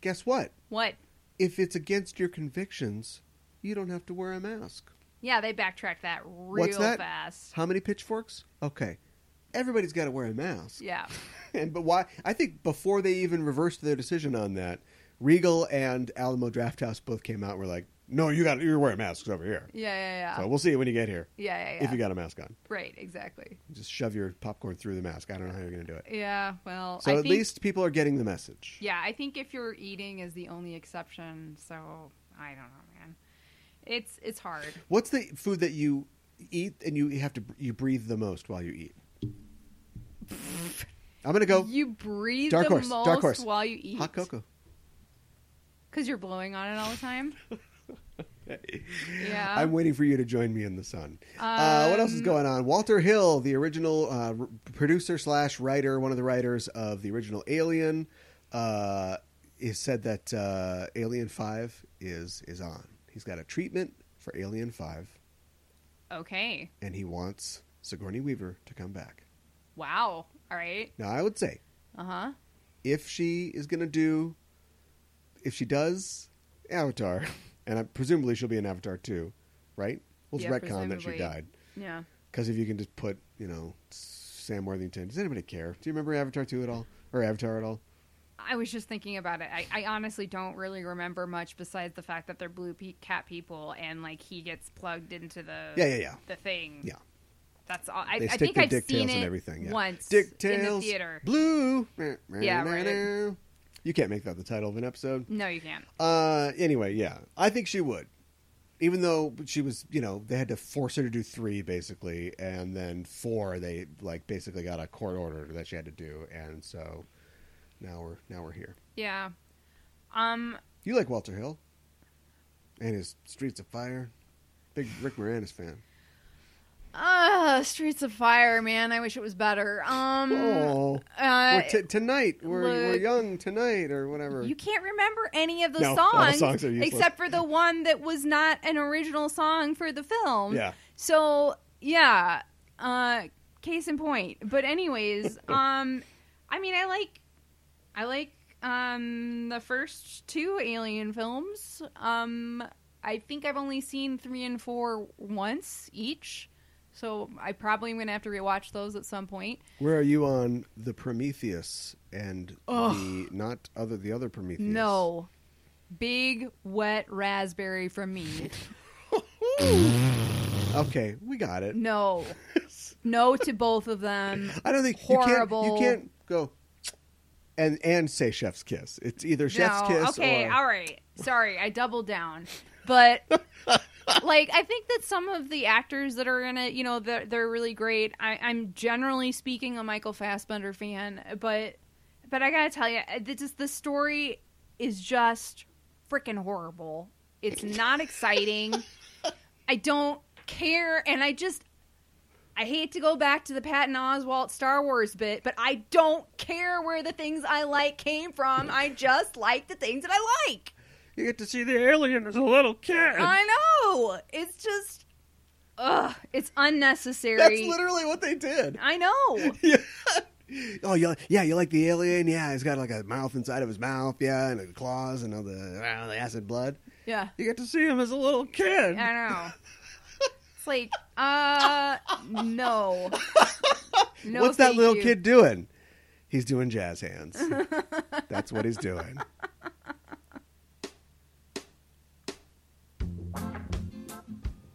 guess what? What? if it's against your convictions, you don't have to wear a mask. Yeah, they backtracked that real What's that? fast. How many pitchforks? Okay. Everybody's got to wear a mask. Yeah. And but why I think before they even reversed their decision on that, Regal and Alamo Drafthouse both came out and were like, "No, you got you're wearing masks over here." Yeah, yeah, yeah. So we'll see you when you get here yeah, yeah, yeah. if you got a mask on. right, exactly. Just shove your popcorn through the mask. I don't know how you're going to do it. Yeah, well, So I at think, least people are getting the message. yeah, I think if you're eating is the only exception. So I don't know, man. It's it's hard. What's the food that you eat and you have to you breathe the most while you eat? I'm gonna go You breathe Dark the horse, most dark horse. while you eat hot cocoa. because you're blowing on it all the time. yeah, Um, I'm waiting for you to join me in the sun. uh, what else is going on? Walter Hill, the original uh, r- producer slash writer, one of the writers of the original Alien, uh, is said that uh, Alien Five is is on. He's got a treatment for Alien Five. Okay. and he wants Sigourney Weaver to come back. Wow. All right. Now, I would say Uh huh. if she is going to do, if she does Avatar, and I, presumably she'll be in Avatar too, right? Well, it's Yeah, retcon that she presumably. died. Yeah. Because if you can just put, you know, Sam Worthington, does anybody care? Do you remember Avatar 2 at all? Or Avatar at all? I was just thinking about it. I, I honestly don't really remember much besides the fact that they're blue pe- cat people and like he gets plugged into the Yeah, yeah, yeah. the thing. Yeah. That's all. Uh, I, They I stick think their I've dick seen tails it and everything. Yeah. once dick in the tails, theater. blue. Yeah, right. You can't make that the title of an episode. No, you can't. Uh, anyway, yeah, I think she would. Even though she was, you know, they had to force her to do three basically, and then four they like basically got a court order that she had to do, and so now we're now we're here. Yeah. Um. You like Walter Hill and his Streets of Fire, big Rick Moranis fan. Uh, Streets of Fire, man. I wish it was better. Um. Oh, uh, we're t- tonight we're, we're look- young tonight or whatever. You can't remember any of the No, all songs, the songs are useless. except for the one that was not an original song for the film. Yeah. So yeah, uh, case in point. But anyways, um, I mean, I like, I like um the first two Alien films. Um, I think I've only seen three and four once each. So I probably am gonna have to rewatch those at some point. Where are you on the Prometheus and Ugh. the not other the other Prometheus? No. Big wet raspberry from me. Mm. Okay, we got it. No. No to both of them. I don't think Horrible. You can't, you can't go and and say chef's kiss. It's either chef's no. kiss okay, or all right. Sorry, I doubled down. But like I think that some of the actors that are in it, you know, they're, they're really great. I, I'm generally speaking a Michael Fassbender fan, but but I gotta tell you, just the story is just freaking horrible. It's not exciting. I don't care, and I just I hate to go back to the Patton Oswalt Star Wars bit, but I don't care where the things I like came from. I just like the things that I like. you get to see the alien as a little kid. I know it's just, ugh, it's unnecessary. That's literally what they did. I know. Yeah. Oh yeah, yeah. You like the alien? Yeah, he's got like a mouth inside of his mouth. Yeah, and the claws and all the, ah, the acid blood. Yeah, You get to see him as a little kid. I know. It's like, uh, no. no What's that thank little you. kid doing? He's doing jazz hands. That's what he's doing.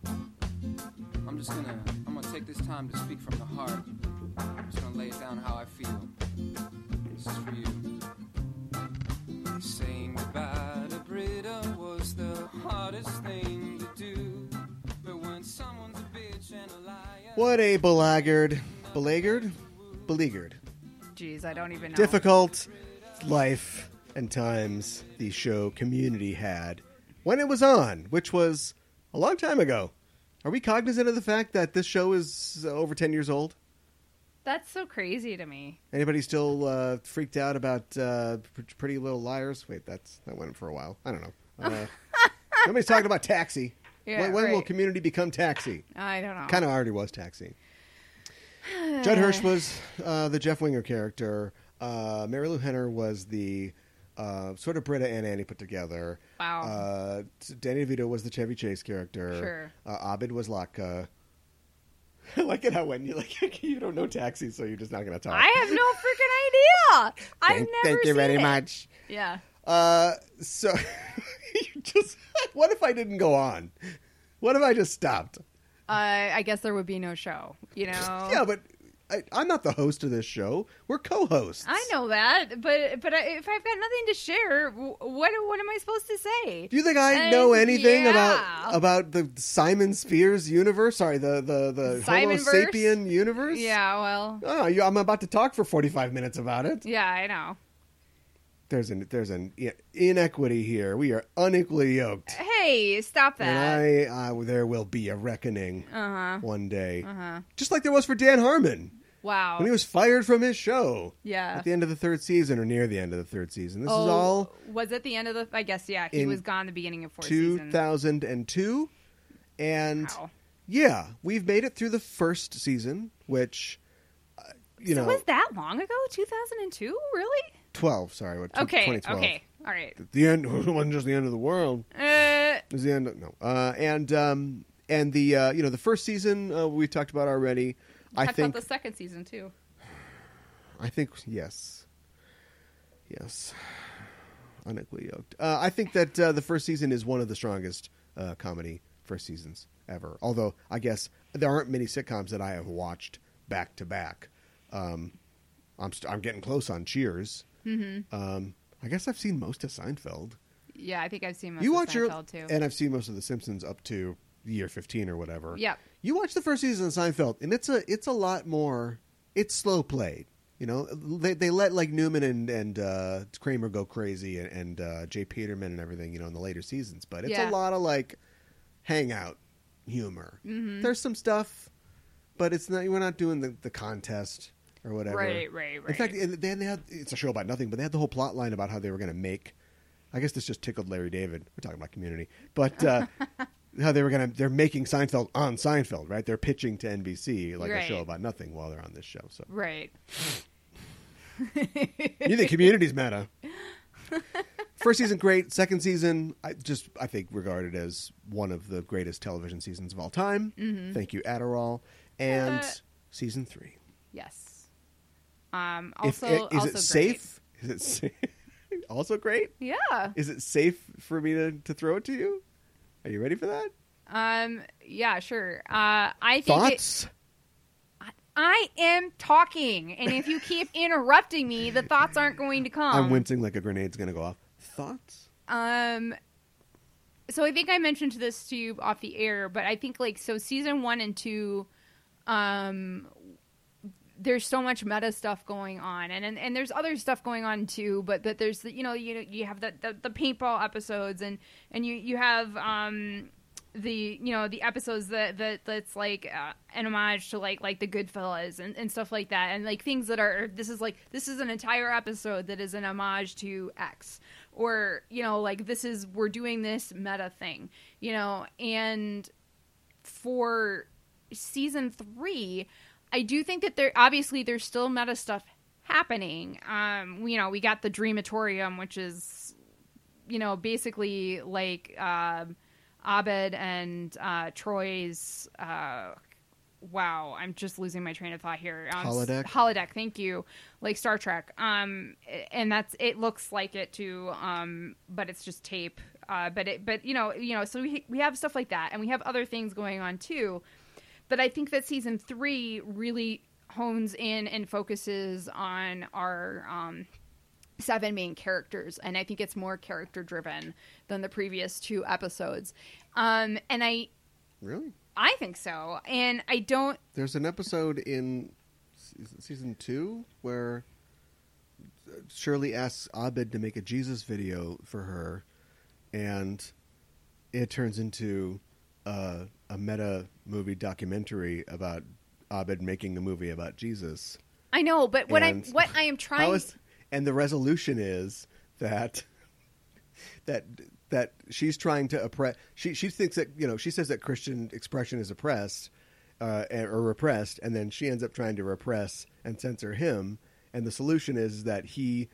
I'm just gonna I'm gonna take this time to speak from the heart. I'm just gonna lay it down how I feel. This is for you. Saying goodbye to Britta was the hardest thing to do. But when someone's a bitch and a liar, What a belaggard, belaggard, beleaguered. Jeez, I don't even know. difficult life and times the show community had when it was on, which was a long time ago. Are we cognizant of the fact that this show is uh, over 10 years old? That's so crazy to me. Anybody still uh, freaked out about uh, P- Pretty Little Liars? Wait, that's that went for a while. I don't know. Uh, nobody's talking about Taxi. Yeah, when when will right. community become Taxi? I don't know. kind of already was taxi. Judd Hirsch was uh, the Jeff Winger character. Uh, Mary Lou Henner was the uh, sort of Britta and Annie put together. Wow. Uh, Danny DeVito was the Chevy Chase character. Sure. Uh, Abed was Latka. I like it how when you like you don't know taxi, so you're just not going to talk. I have no freaking idea. I've thank, never thank you seen very it. much. Yeah. Uh, so you just what if I didn't go on? What if I just stopped? Uh, I guess there would be no show, you know? Yeah, but I, I'm not the host of this show. We're co-hosts. I know that, but but I, if I've got nothing to share, wh- what what am I supposed to say? Do you think I Uh, know anything yeah. about about the Simon Spears universe? Sorry, the the the Homo Simonverse? sapien universe. Yeah, well, Oh, you, I'm about to talk for 45 minutes about it. yeah, I know. There's an there's an i- inequity here. We are unequally yoked, Hey, stop that. and I uh, there will be a reckoning Uh huh. one day, Uh huh. just like there was for Dan Harmon Wow. when he was fired from his show yeah. at the end of the third season or near the end of the third season. This Oh, is all Was it the end of the? I guess yeah. He in was gone the beginning of four seasons. 2002 and Wow. Yeah, we've made it through the first season, which uh, you so know, was that long ago? 2002? Really? 12, sorry, what, tw- Okay. 2012. Okay. All right. The end it wasn't just the end of the world. Uh, It was the end of, no. Uh, and um and the uh, you know, the first season uh, we talked about already. I talked think about the second season too. I think yes, yes, unequally yoked. Uh, I think that uh, the first season is one of the strongest uh, comedy first seasons ever. Although I guess there aren't many sitcoms that I have watched back to back. Um, I'm st- I'm getting close on Cheers. Mm-hmm. Um, I guess I've seen most of Seinfeld. Yeah, I think I've seen most you of watch your Seinfeld too. and I've seen most of The Simpsons up to year fifteen or whatever. Yep. You watch the first season of Seinfeld, and it's a it's a lot more. It's slow played. You know, they they let like Newman and and uh, Kramer go crazy, and, and uh, Jay Peterman and everything. You know, in the later seasons, but it's Yeah. a lot of like hangout humor. Mm-hmm. There's some stuff, but it's not. We're not doing the, the contest or whatever. Right, right, right. In fact, and then they had it's a show about nothing, but they had the whole plot line about how they were going to make. I guess this just tickled Larry David. We're talking about Community, but uh, how they were going to they're making Seinfeld on Seinfeld, right? They're pitching to NBC like a Right. show about nothing while they're on this show. So right. you think Community's meta? First season great, second season I just I think regarded as one of the greatest television seasons of all time. Thank you Adderall, and Mm-hmm. Uh, season three. Yes. Um. If- Also, is also it great. safe? Is it safe? also great? Yeah. Is it safe for me to, to throw it to you? Are you ready for that? Um. Yeah. Sure. Uh. I think it- Thoughts? I am talking, and if you keep interrupting me, the thoughts aren't going to come. I'm wincing like a grenade's going to go off. Thoughts? Um, so I think I mentioned this to you off the air, but I think like so season one and two, um, there's so much meta stuff going on, and and, and there's other stuff going on too. But that there's the, you know you you have the, the the paintball episodes, and and you you have um the you know the episodes that that that's like uh, an homage to like like the Goodfellas and, and stuff like that, and like things that are this is like this is an entire episode that is an homage to X, or you know like this is we're doing this meta thing, you know, and for season three, I do think that there obviously there's still meta stuff happening. Um, you know, we got the Dreamatorium, which is you know basically like um, Abed and uh, Troy's. Uh, wow, I'm just losing my train of thought here. Um, Holodeck? holodeck. Thank you, like Star Trek. Um, and that's it looks like it too. Um, but it's just tape. Uh, but it, but you know, you know, so we we have stuff like that, and we have other things going on too but I think that season three really hones in and focuses on our um, seven main characters, and I think it's more character driven than the previous two episodes. Um, and I, Really? I think so, and I don't. There's an episode in se- season two where uh, Shirley asks Abed to make a Jesus video for her, and it turns into a, a meta movie documentary about Abed making a movie about Jesus. I know, but what I'm And what I am trying. How is, and the resolution is that that that she's trying to oppress. She she thinks that you know she says that Christian expression is oppressed uh, and- or repressed, and then she ends up trying to repress and censor him. And the solution is that he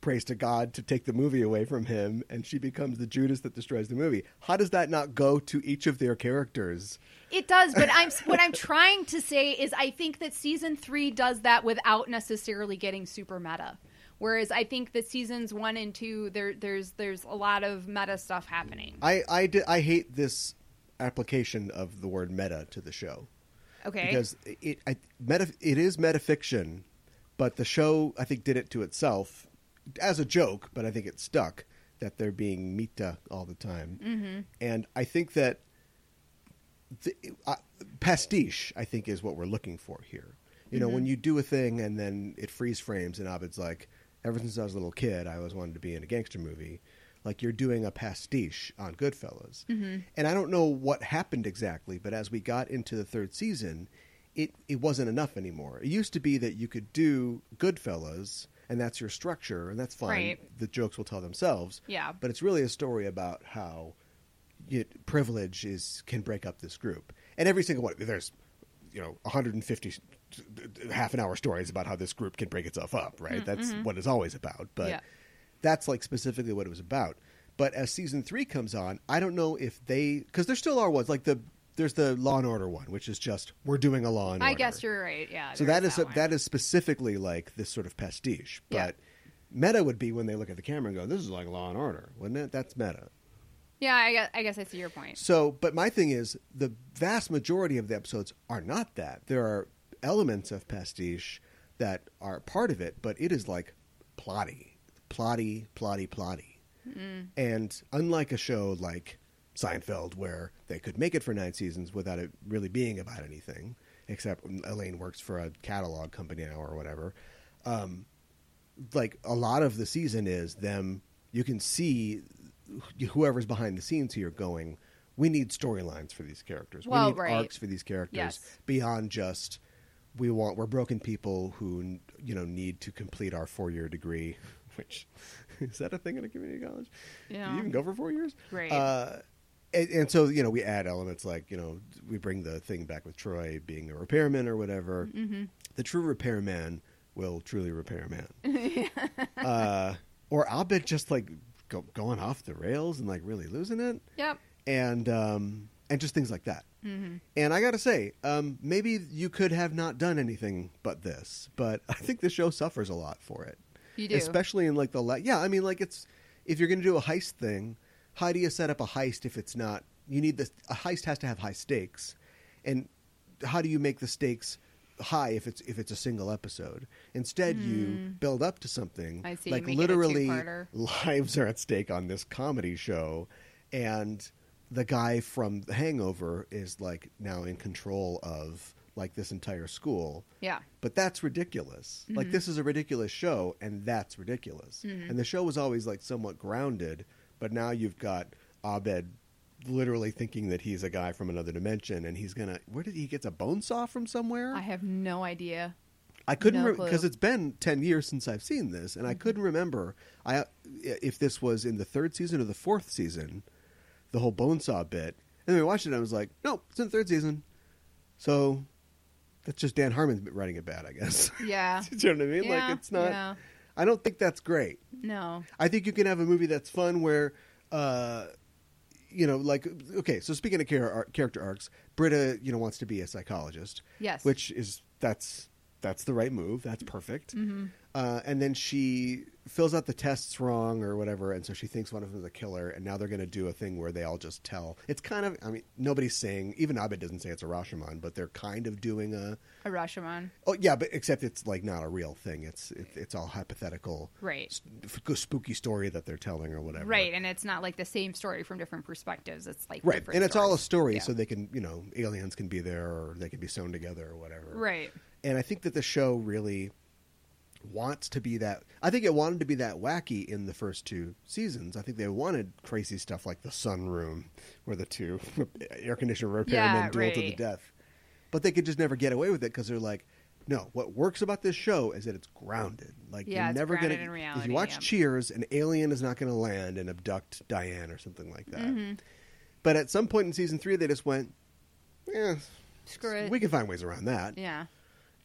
prays to God to take the movie away from him, and she becomes the Judas that destroys the movie. How does that not go to each of their characters? It does, but I'm what I'm trying to say is I think that season three does that without necessarily getting super meta. Whereas I think that seasons one and two there there's there's a lot of meta stuff happening. I I, di- I hate this application of the word meta to the show. Okay. because it I, meta, it is metafiction, but the show I think did it to itself as a joke, but I think it stuck that they're being meta all the time, mm-hmm. and I think that the, uh, pastiche I think is what we're looking for here. You know, when you do a thing and then it freeze frames, and Abed's like, "Ever since I was a little kid, I always wanted to be in a gangster movie." Like you're doing a pastiche on Goodfellas, mm-hmm. and I don't know what happened exactly, but as we got into the third season, it it wasn't enough anymore. It used to be that you could do Goodfellas, and that's your structure, and that's fine. Right. The jokes will tell themselves. Yeah. but it's really a story about how you know, privilege is can break up this group. And every single one, there's you know 150 half an hour stories about how this group can break itself up, right? That's what it's always about. But Mm-hmm, Yeah. that's like specifically what it was about. But as season three comes on, I don't know if they because there still are ones like the there's the Law and Order one, which is just we're doing a Law and I Order. guess you're right. Yeah. So there that is one. that is specifically like this sort of pastiche. But Yeah. meta would be when they look at the camera and go, "This is like Law and Order," wouldn't it? That's meta. Yeah, I guess, I guess I see your point. So, but my thing is, the vast majority of the episodes are not that. There are elements of pastiche that are part of it, but it is like plotty, plotty, plotty, plotty. And unlike a show like Seinfeld, where they could make it for nine seasons without it really being about anything, except Elaine works for a catalog company now or whatever like a lot of the season is them you can see wh- whoever's behind the scenes here going we need storylines for these characters Well, we need right. arcs for these characters Yes. beyond just we want we're broken people who you know need to complete our four year degree which is that a thing in a community college do Yeah. you even go for four years Right. uh, and, and so you know we add elements like you know we bring the thing back with Troy being a repairman or whatever. The true repairman will truly repair man. uh, or I'll bet just like go, going off the rails and like really losing it Yep. and um, and just things like that. And I gotta say, um, maybe you could have not done anything but this, but I think the show suffers a lot for it. You do. especially in like the la- yeah. I mean, like it's if you're gonna do a heist thing, how do you set up a heist if it's not you need this? A heist has to have high stakes, and how do you make the stakes? high if it's if it's a single episode instead you build up to something Hmm. I see, like make it a literally two-parter. lives are at stake on this comedy show and the guy from the hangover is like now in control of like this entire school Yeah. but that's ridiculous Mm-hmm. like this is a ridiculous show and that's ridiculous and the show was always like somewhat grounded but now you've got abed literally thinking that he's a guy from another dimension and he's gonna where did he gets a bone saw from somewhere I have no idea. I couldn't No because clue. Mm-hmm. it's been ten years since I've seen this, and I couldn't remember I if this was in the third season or the fourth season, the whole bonesaw bit. And then I watched it, and I was like, nope, it's in the third season. So that's just Dan Harmon writing it bad, I guess. Yeah. Do you know what I mean? Yeah, like it's not. yeah. I don't think that's great. No. I think you can have a movie that's fun where, uh, you know, like okay. So speaking of char- ar- character arcs, Britta, you know, wants to be a psychologist. Yes. which is that's that's the right move. That's perfect. Mm-hmm. Uh, and then she fills out the tests wrong or whatever, and so she thinks one of them is a killer. And now they're going to do a thing where they all just tell. It's kind of I mean nobody's saying even Abed doesn't say it's a Rashomon, but they're kind of doing a A Rashomon. Oh yeah, but except it's like not a real thing. It's it, it's all hypothetical, Right. s- f- Spooky story that they're telling or whatever. Right, and it's not like the same story from different perspectives. It's like right. different And it's all a stories. story, Yeah. so they can you know aliens can be there or they can be sewn together or whatever. right. And I think that the show really wants to be that. I think it wanted to be that wacky in the first two seasons. I think they wanted crazy stuff like the sunroom, where the two air conditioner repairmen Yeah, duel to the right. death. But they could just never get away with it because they're like, no. What works about this show is that it's grounded. Like Yeah, you're it's never gonna. grounded in if reality, you watch yeah. Cheers, an alien is not going to land and abduct Diane or something like that. Mm-hmm. But at some point in season three, they just went, yeah, Screw it. we can find ways around that Yeah.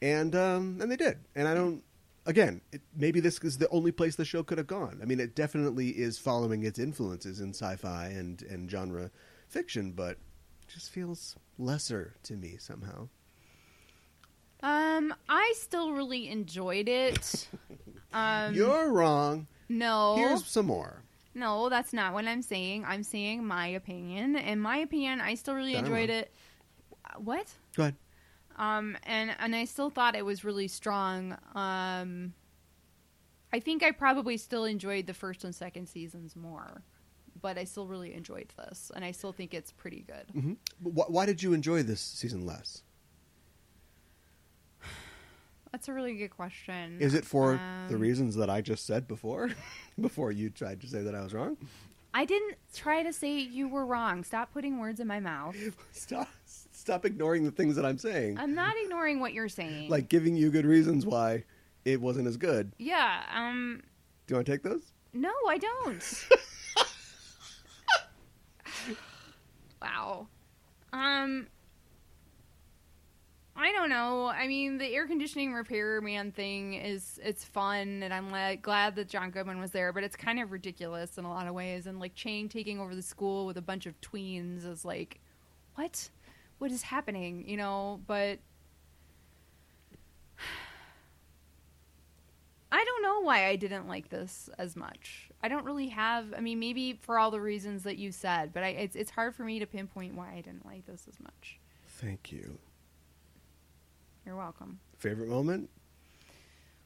and um, and they did. And I don't. Again, it, maybe this is the only place the show could have gone. I mean, it definitely is following its influences in sci-fi and and genre fiction, but it just feels lesser to me somehow. Um, I still really enjoyed it. um, oh. You're wrong. no, Here's some more. no, that's not what I'm saying. I'm saying my opinion. In my opinion, I still really Go on. enjoyed it. Uh, What? Go ahead. um, and and I still thought it was really strong. Um, I think I probably still enjoyed the first and second seasons more, but I still really enjoyed this, and I still think it's pretty good. hmm Why, why did you enjoy this season less? That's a really good question. Is it for the Um, reasons that I just said before? before you tried to say that I was wrong. I didn't try to say you were wrong. Stop putting words in my mouth. Stop. Stop ignoring the things that I'm saying. I'm not ignoring what you're saying. like giving you good reasons why it wasn't as good. yeah, um, Do you want to take those? no, I don't. Wow. Um I don't know. I mean, the air conditioning repair man thing is it's fun and I'm like glad that John Goodman was there, but it's kind of ridiculous in a lot of ways and like Chang taking over the school with a bunch of tweens is like what? What is happening, you know? But I don't know why I didn't like this as much. I don't really have. I mean, maybe for all the reasons that you said, but I, it's it's hard for me to pinpoint why I didn't like this as much. Thank you. You're welcome. Favorite moment?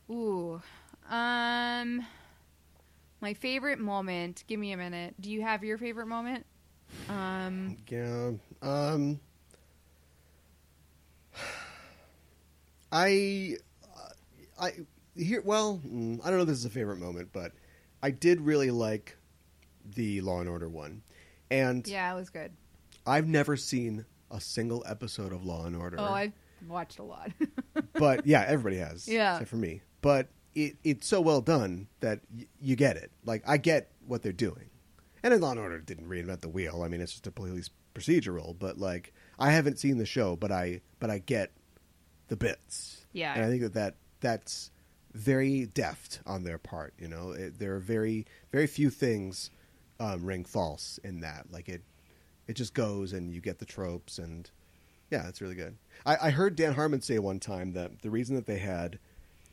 Ooh, um, my favorite moment. Give me a minute. Do you have your favorite moment? Um, Yeah. Um. I, uh, I here. Well, mm, I don't know. if This is a favorite moment, but I did really like the Law and Order one, and yeah, it was good. I've never seen a single episode of Law and Order. Oh, I watched a lot. but yeah, everybody has. Yeah. Except for me. But it, it's so well done that y- you get it. Like, I get what they're doing. And in Law and Order, it didn't reinvent the wheel. I mean, it's just a police procedural. But like, I haven't seen the show, but I but I get the bits. Yeah. And I think that, that that's very deft on their part. You know, it, there are very very few things um, ring false in that. Like it it just goes and you get the tropes and yeah, it's really good. I, I heard Dan Harmon say one time that the reason that they had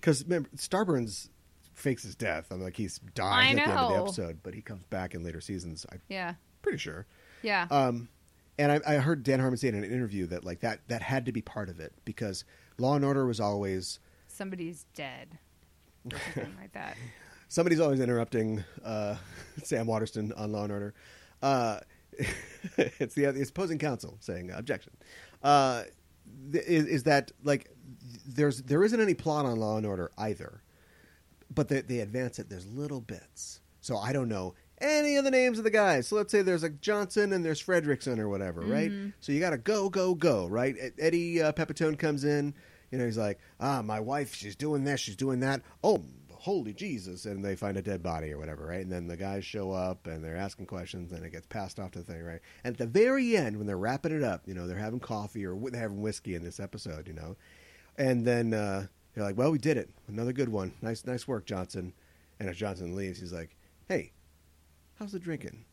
because remember Starburns fakes his death. I'm like he's I dies at the end of the know. episode, but he comes back in later seasons. I'm yeah, pretty sure. yeah, Um, and I, I heard Dan Harmon say in an interview that like that that had to be part of it because Law and Order was always somebody's dead, or something like that. somebody's always interrupting uh, Sam Waterston on Law and Order. Uh, it's the it's opposing counsel saying objection. Uh, th- is, is that like there's there isn't any plot on Law and Order either, but they, they advance it. There's little bits, so I don't know any of the names of the guys. So let's say there's like Johnson and there's Fredrickson or whatever, right? So you got to go go go, right? Ed- Eddie uh, Pepitone comes in. You know, he's like, ah, my wife, she's doing this, she's doing that. Oh, holy Jesus. And they find a dead body or whatever, right? And then the guys show up and they're asking questions and it gets passed off to the thing, right? And at the very end, when they're wrapping it up, you know, they're having coffee or wh- they're having whiskey in this episode, you know? And then uh, they're like, well, we did it. Another good one. Nice, nice work, Johnson. And as Johnson leaves, he's like, hey, how's the drinking?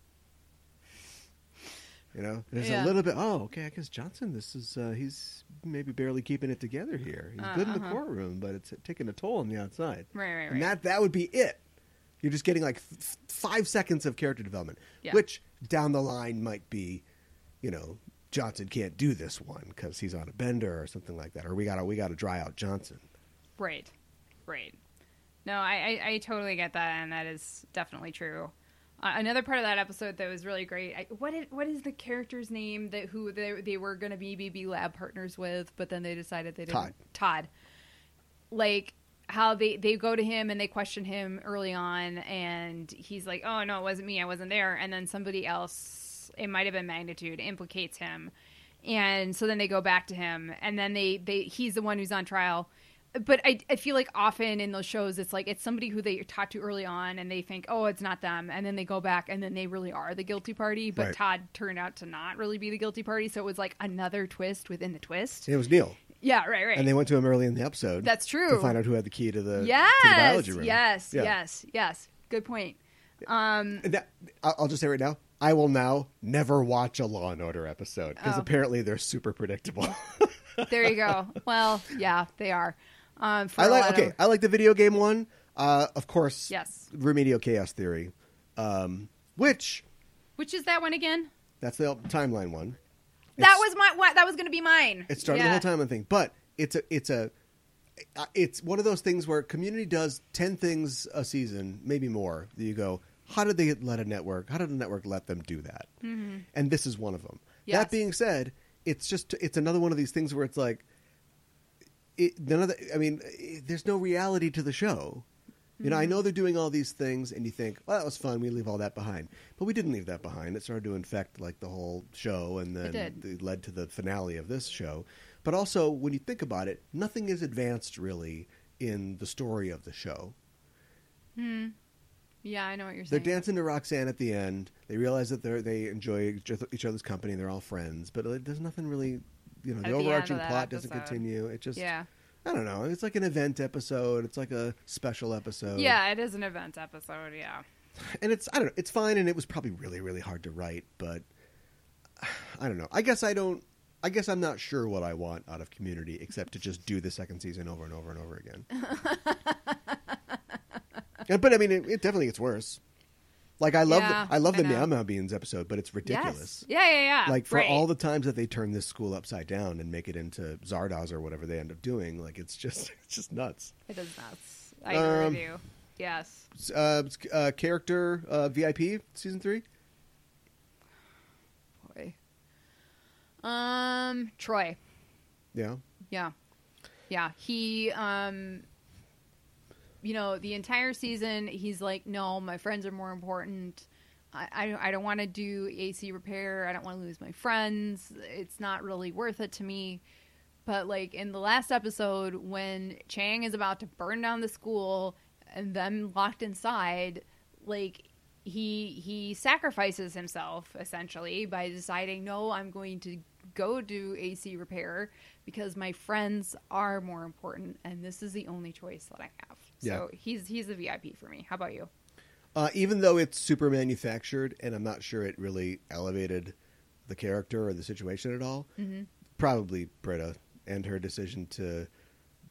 You know, there's Yeah. a little bit. Oh, okay. I guess Johnson. This is uh, he's maybe barely keeping it together here. He's good in the courtroom, but it's taking a toll on the outside. Right, right, And right. that that would be it. You're just getting like f- f- five seconds of character development, Yeah. which down the line might be, you know, Johnson can't do this one because he's on a bender or something like that, or we gotta we gotta dry out Johnson. Right, right. No, I, I, I totally get that, and that is definitely true. Uh, another part of that episode that was really great. I, what is, what is the character's name that who they, they were going to be BB lab partners with, but then they decided they didn't. Todd. Todd. Like how they they go to him and they question him early on, and he's like, "Oh no, it wasn't me. I wasn't there." And then somebody else, it might have been Magnitude, implicates him, and so then they go back to him, and then they they he's the one who's on trial. But I, I feel like often in those shows, it's like it's somebody who they talked to early on, and they think, oh, it's not them, and then they go back, and then they really are the guilty party. But Right. Todd turned out to not really be the guilty party, so it was like another twist within the twist. It was Neil, Yeah, right, right. and they went to him early in the episode. That's true. To find out who had the key to the yes, to the biology room. yes, Yeah. yes, yes. Good point. That, I- I'll just say right now, I will now never watch a Law and Order episode because Oh. apparently they're super predictable. There you go. well, yeah, they are. Um, for I a like lot okay, of- I like the video game one. Uh, of course, Yes. Remedial Chaos Theory, um, which which is that one again? that's the timeline one. that It's- was my. What, that was going to be mine. It started the Yeah. whole time I think, but it's a it's a uh, it's one of those things where Community does ten things a season, maybe more. That you go, how did they let a network? How did a network let them do that? Mm-hmm. And this is one of them. Yes. That being said, it's just it's another one of these things where it's like, it, none of the, I mean, it, there's no reality to the show. You know, I Mm-hmm. know they're doing all these things, and you think, "Well, that was fun. We leave all that behind," but we didn't leave that behind. It started to infect like the whole show, and then did. it led to the finale of this show. But also, when you think about it, nothing is advanced really in the story of the show. Yeah, I know what you're They're saying. dancing to Roxanne at the end. They realize that they they enjoy each oth- each other's company. They're all friends, but uh, there's nothing really, you know, At the the end of overarching that plot doesn't episode. continue. It just, Yeah. I don't know. It's like an event episode. It's like a special episode. Yeah, it is an event episode. Yeah. and it's I don't know. It's fine, and it was probably really really hard to write, but I don't know. I guess I don't. I guess I'm not sure what I want out of Community, except to just do the second season over and over and over again. And- but I mean, it, it definitely gets worse. Like I love, Yeah, the, I love I the know. Meow Beans episode, but it's ridiculous. Yes. Yeah, yeah, yeah. Like for Right. all the times that they turn this school upside down and make it into Zardoz or whatever they end up doing, like it's just it's just nuts. It is nuts. I agree Um, with you. Yes. Uh, uh, character uh, VIP season three. Boy. Um, Troy. Yeah, Yeah. Yeah. He, um, you know, the entire season, he's like, no, my friends are more important. I, I, I don't want to do AC repair. I don't want to lose my friends. It's not really worth it to me. But, like, in the last episode, when Chang is about to burn down the school and them locked inside, like, he he sacrifices himself essentially by deciding no i'm going to go do ac repair because my friends are more important and this is the only choice that i have so he's he's a vip for me how about you Uh, even though it's super manufactured, and I'm not sure it really elevated the character or the situation at all. Mm-hmm. Probably Britta and her decision to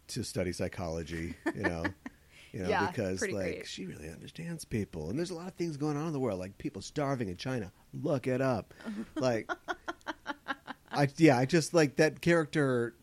to study psychology. You know, you know, Yeah, because like pretty great. she really understands people, and there's a lot of things going on in the world, like people starving in China. Look it up. Like, I yeah, I just like that character.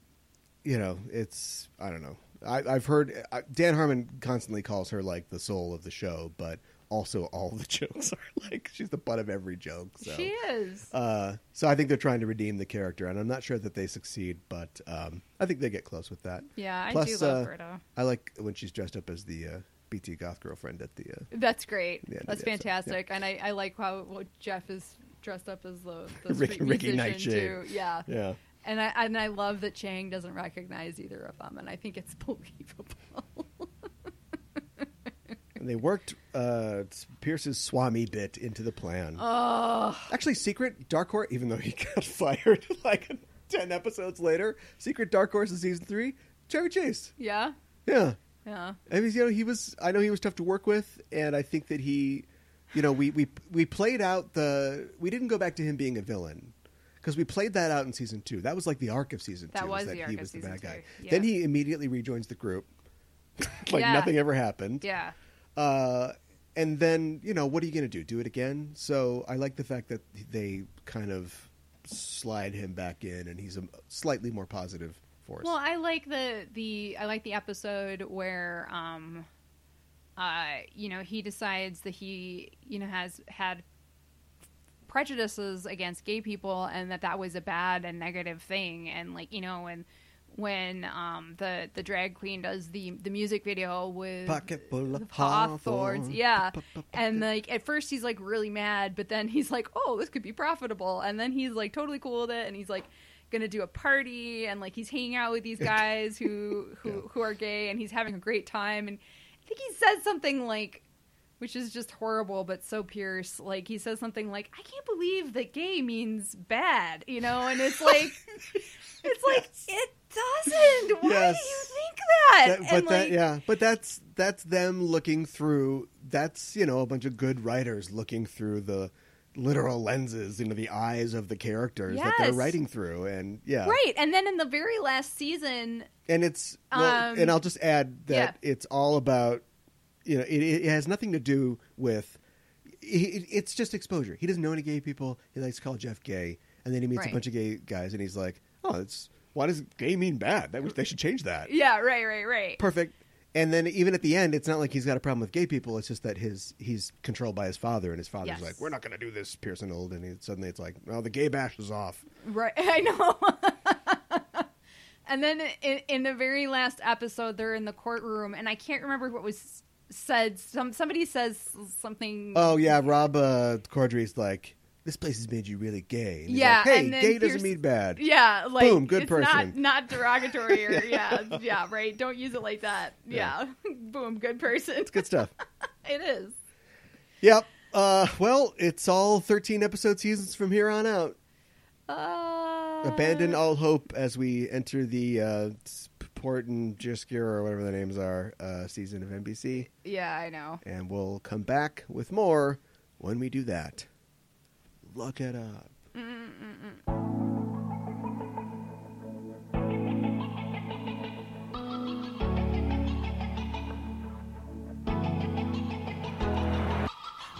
You know, it's I don't know. I, I've heard I, Dan Harmon constantly calls her like the soul of the show, but also all the jokes are like she's the butt of every joke. So. she is Uh, so I think they're trying to redeem the character, and I'm not sure that they succeed, but um, I think they get close with that. yeah i Plus, do love uh, britta I like when she's dressed up as the uh, BT goth girlfriend at the. Uh, that's great Yeah, no, that's yeah, so, yeah. fantastic and I, I like how what jeff is dressed up as the, the Ricky- street Ricky musician too Nightshade. yeah yeah, and i and i love that chang doesn't recognize either of them and i think it's believable and they worked uh, Pierce's Swami bit into the plan. oh Actually, Secret Dark Horse, even though he got fired like ten episodes later, Secret Dark Horse in season three, Chevy Chase. Yeah, Yeah, yeah, I mean, you know, he was. I know he was tough to work with, and I think that he, you know, we we we played out the. We didn't go back to him being a villain because we played that out in season two. That was like the arc of season That two. was the arc he of was the season bad guy. two, yeah. Then he immediately rejoins the group, like Yeah. nothing ever happened. yeah. Uh, and then you know what are you going to do? Do it again? So I like the fact that they kind of slide him back in, and he's a slightly more positive force. Well, I like the the I like the episode where um, uh, you know, he decides that he you know has had prejudices against gay people and that that was a bad and negative thing and like you know when when um the the drag queen does the the music video with Pocket full of the hawthorns hawthorn. yeah Pa- pa- pa- and like at first he's like really mad but then he's like oh this could be profitable and then he's like totally cool with it and he's like gonna do a party and like he's hanging out with these guys who who Yeah. who are gay and he's having a great time and i think he says something like which is just horrible but so pierce like he says something like i can't believe that gay means bad you know and it's like it's like it doesn't why Yes. do you think that, That- but and that like yeah but that's that's them looking through that's you know a bunch of good writers looking through the literal lenses into the eyes of the characters that they're Yes. writing through and yeah right and then in the very last season and it's well, Um, and i'll just add that it's all about you know it, it has nothing to do with it, it's just exposure he doesn't know any gay people he likes to call jeff gay and then he meets Right. a bunch of gay guys and he's like oh it's why does gay mean bad that, they should change that yeah right right right perfect. And then even at the end, it's not like he's got a problem with gay people. It's just that his he's controlled by his father, and his father's Yes. like, "We're not going to do this, Pearson Old." And he, suddenly, it's like, "Oh, the gay bash is off." Right, I know. and then in, in the very last episode, they're in the courtroom, and I can't remember what was said. Some somebody says something. Oh yeah, Rob uh, Corddry's like, "This place has made you really gay." And he's Yeah, like, hey, and then gay doesn't Pearson- mean bad. yeah, like Boom, good it's Not, person. not derogatory or yeah. yeah, right. Don't use it like that. Yeah, boom, good person. Good stuff. It is. Yep. Uh, well, it's all 13 episode seasons from here on out. Uh, Abandon all hope as we enter the uh, Port and Jiskir or whatever the names are uh, season of NBC, Yeah, I know. and we'll come back with more when we do that. Look it up.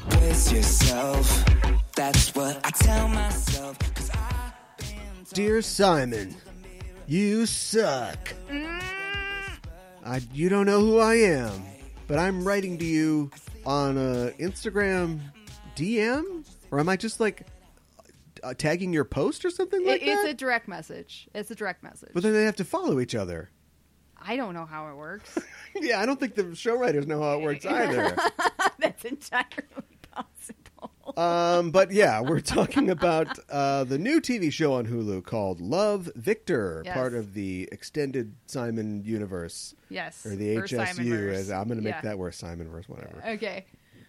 Brace yourself. That's what I tell myself. Cause I've been Dear Simon, you suck. Mm. I, you don't know who I am, but I'm writing to you on a Instagram DM, or am I just like uh, tagging your post or something like It, it's that? a direct message. It's a direct message. but then they have to follow each other. I don't know how it works. Yeah, I don't think the show writers know how it works either. That's entirely possible. um, but yeah, we're talking about uh, the new TV show on Hulu called Love Victor, Yes. part of the extended Simon universe. Yes. or the First Simon HSU. verse. As I'm going to make Yeah. that where Simon verse whatever. Okay.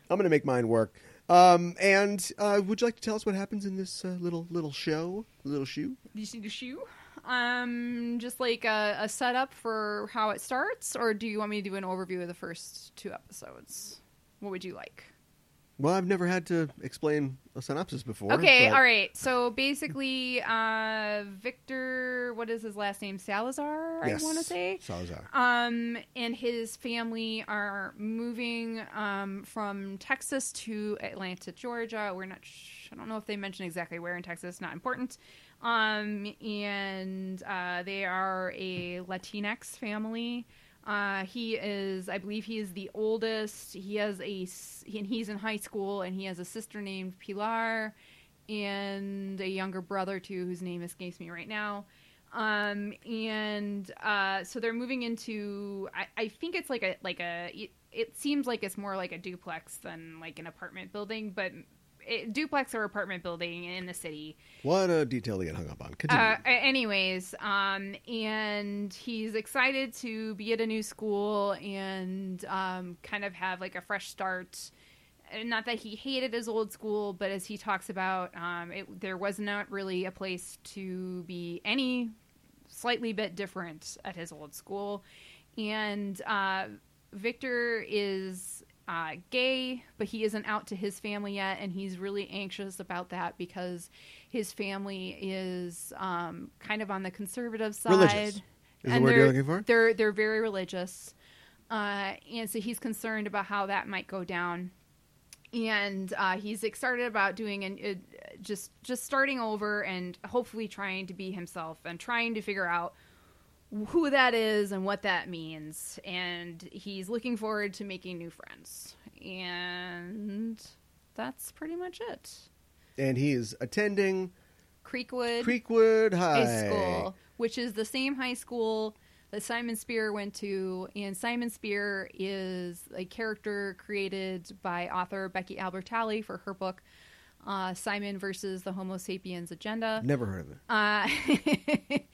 I'm going to make mine work. Um, and uh, would you like to tell us what happens in this uh, little little show, little shoe? You see the shoe? Um, just like a, a setup for how it starts, or do you want me to do an overview of the first two episodes? What would you like? Well, I've never had to explain a synopsis before. Okay, but- all right. So basically, uh, Victor, what is his last name? Salazar, Yes. I want to say. Salazar. Um, and his family are moving um, from Texas to Atlanta, Georgia. We're not. Sh- I don't know if they mention exactly where in Texas. Not important. Um, and uh, they are a Latinx family. Uh, he is, I believe, he is the oldest. He has a, s- and he's in high school, and he has a sister named Pilar, and a younger brother too, whose name escapes me right now um and uh so they're moving into i, I think it's like a like a it, it seems like it's more like a duplex than like an apartment building but it, duplex or apartment building in the city What a detail to get hung up on. Continue. uh, a- anyways, um, and he's excited to be at a new school and um, kind of have like a fresh start. And Not that he hated his old school, but as he talks about, um, it, there was not really a place to be any slightly bit different at his old school. And uh, Victor is uh, gay, but he isn't out to his family yet, and he's really anxious about that because his family is um, kind of on the conservative side. Religious. Is the And word you're they're- looking for? They're they're very religious, uh, and so he's concerned about how that might go down and uh, he's excited about doing an uh, just just starting over and hopefully trying to be himself and trying to figure out who that is and what that means and he's looking forward to making new friends and that's pretty much it and he is attending creekwood Creekwood High. high school which is the same high school that simon spear went to and simon spear is a character created by author becky albertalli for her book uh, simon versus the homo sapiens agenda Never heard of it. uh,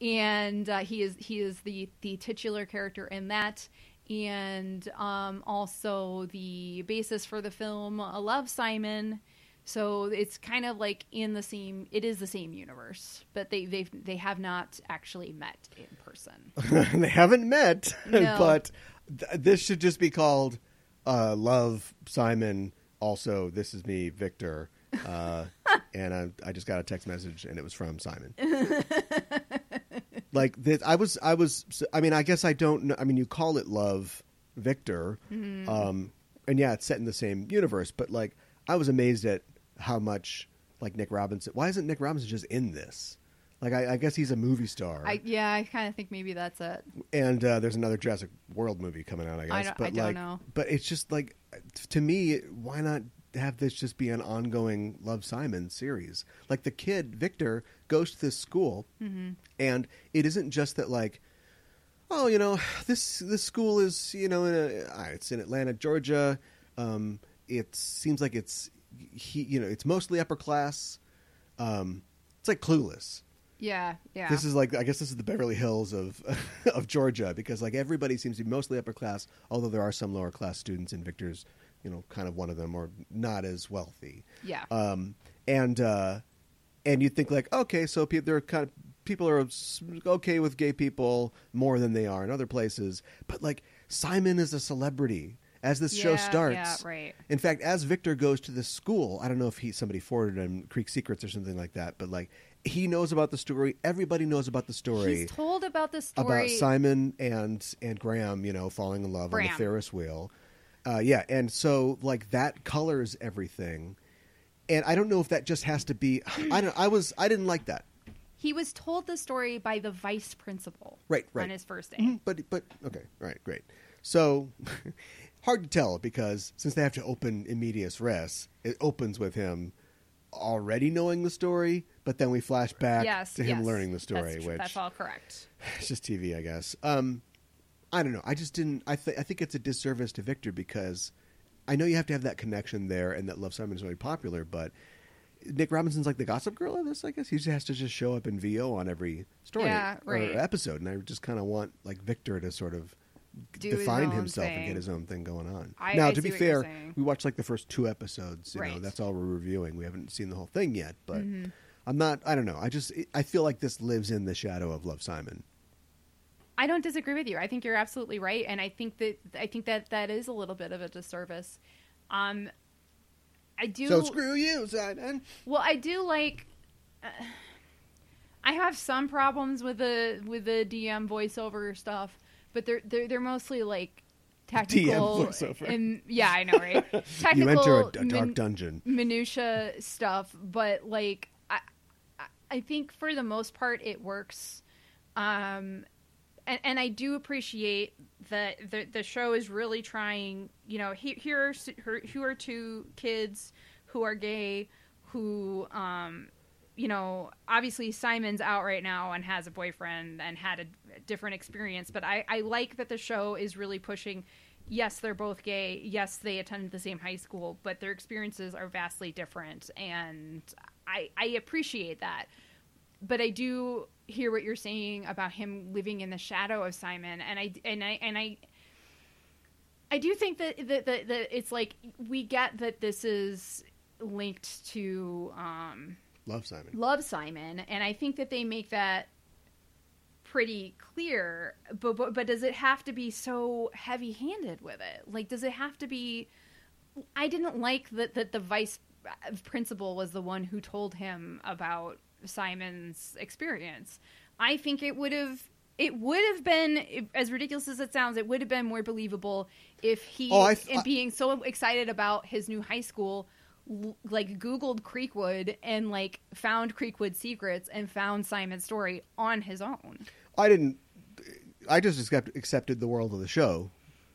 and uh, he is he is the the titular character in that, and um, also the basis for the film uh, Love Simon. So it's kind of like in the same. It is the same universe, but they they they have not actually met in person. they haven't met, No. but th- this should just be called uh, Love Simon. Also, this is me, Victor. Uh, and I, I just got a text message, and it was from Simon. like this, I was, I was. I mean, I guess I don't know. I mean, you call it Love Victor, Mm-hmm. um, and yeah, it's set in the same universe. But like, I was amazed at how much like Nick Robinson. Why isn't Nick Robinson just in this? Like, I, I guess he's a movie star I, yeah, I kind of think maybe that's it. and uh, there's another Jurassic World movie coming out, I guess. don't- but I don't like, know. But it's just like, to me, why not have this just be an ongoing Love Simon series? Like the kid Victor goes to this school, Mm-hmm. and it isn't just that like. Oh, you know, this this school is you know in a, ah, it's in Atlanta, Georgia. Um, it seems like it's he, you know, it's mostly upper class. Um, it's like Clueless. Yeah, yeah. This is like I guess this is the Beverly Hills of of Georgia because like everybody seems to be mostly upper class, although there are some lower class students in Victor's you know, kind of one of them, or not as wealthy. Yeah. Um, and uh, and you think like, okay, so pe- they're kind of people are s- okay with gay people more than they are in other places, but like Simon is a celebrity as this show Yeah, starts. yeah, right. In fact, as Victor goes to this school, I don't know if he somebody forwarded him Creek Secrets or something like that, but like he knows about the story. Everybody knows about the story He's told about the story. about Simon and and Graham, you know, falling in love on Graham. the Ferris wheel. Uh, yeah, and so like that colors everything. And I don't know if that just has to be. I don't. I was. I didn't like that. He was told the story by the vice principal. Right, right. On his first day. But but okay, all right, great. So hard to tell because since they have to open in medias res, it opens with him already knowing the story, but then we flash back yes. to him yes. learning the story, That's, tr- which that's all correct. it's just TV, I guess. Um, I don't know. I just didn't. I th- I think it's a disservice to Victor because I know you have to have that connection there, and that Love Simon is really popular. But Nick Robinson's like the Gossip Girl of this, I guess. He just has to just show up in VO on every story Yeah, or right. episode, and I just kind of want like Victor to sort of Do his define own himself and thing. get his own thing going on. I- now, I to see be what fair, you're saying. we watched like the first two episodes. You know, Right. Mm-hmm. that's all we're reviewing. We haven't seen the whole thing yet, but I'm not. I don't know. I just I feel like this lives in the shadow of Love Simon. I don't disagree with you. I think you're absolutely right, and I think that I think that that is a little bit of a disservice. Um, I do. So screw you, Simon. Well, I do like. I have some problems with the with the DM voiceover stuff, but they're they're, they're mostly like technical. voiceover. And, yeah, I know, right? Technical. You enter a, a dark min- dungeon. minutia stuff, but like I, I- I think for the most part it works. Um, and, and I do appreciate that the the show is really trying. You know, he- here are s- her- who are two kids who are gay who um you know obviously simon's out right now and has a boyfriend and had a different experience but i i like that the show is really pushing yes they're both gay yes they attended the same high school but their experiences are vastly different and i i appreciate that but i do hear what you're saying about him living in the shadow of simon and i and i and i I do think that that, that that it's like we get that this is linked to um, Love Simon. Love Simon, and I think that they make that pretty clear. But but, but does it have to be so heavy handed with it? Like, does it have to be? I didn't like that that the vice uh, principal was the one who told him about Simon's experience. I think it would have. It would have been as ridiculous as it sounds. It would have been more believable if he Oh, I th- and I- being so excited about his new high school l- like googled creekwood and like found creekwood secrets and found simon's story on his own I didn't. I just accept, accepted the world of the show,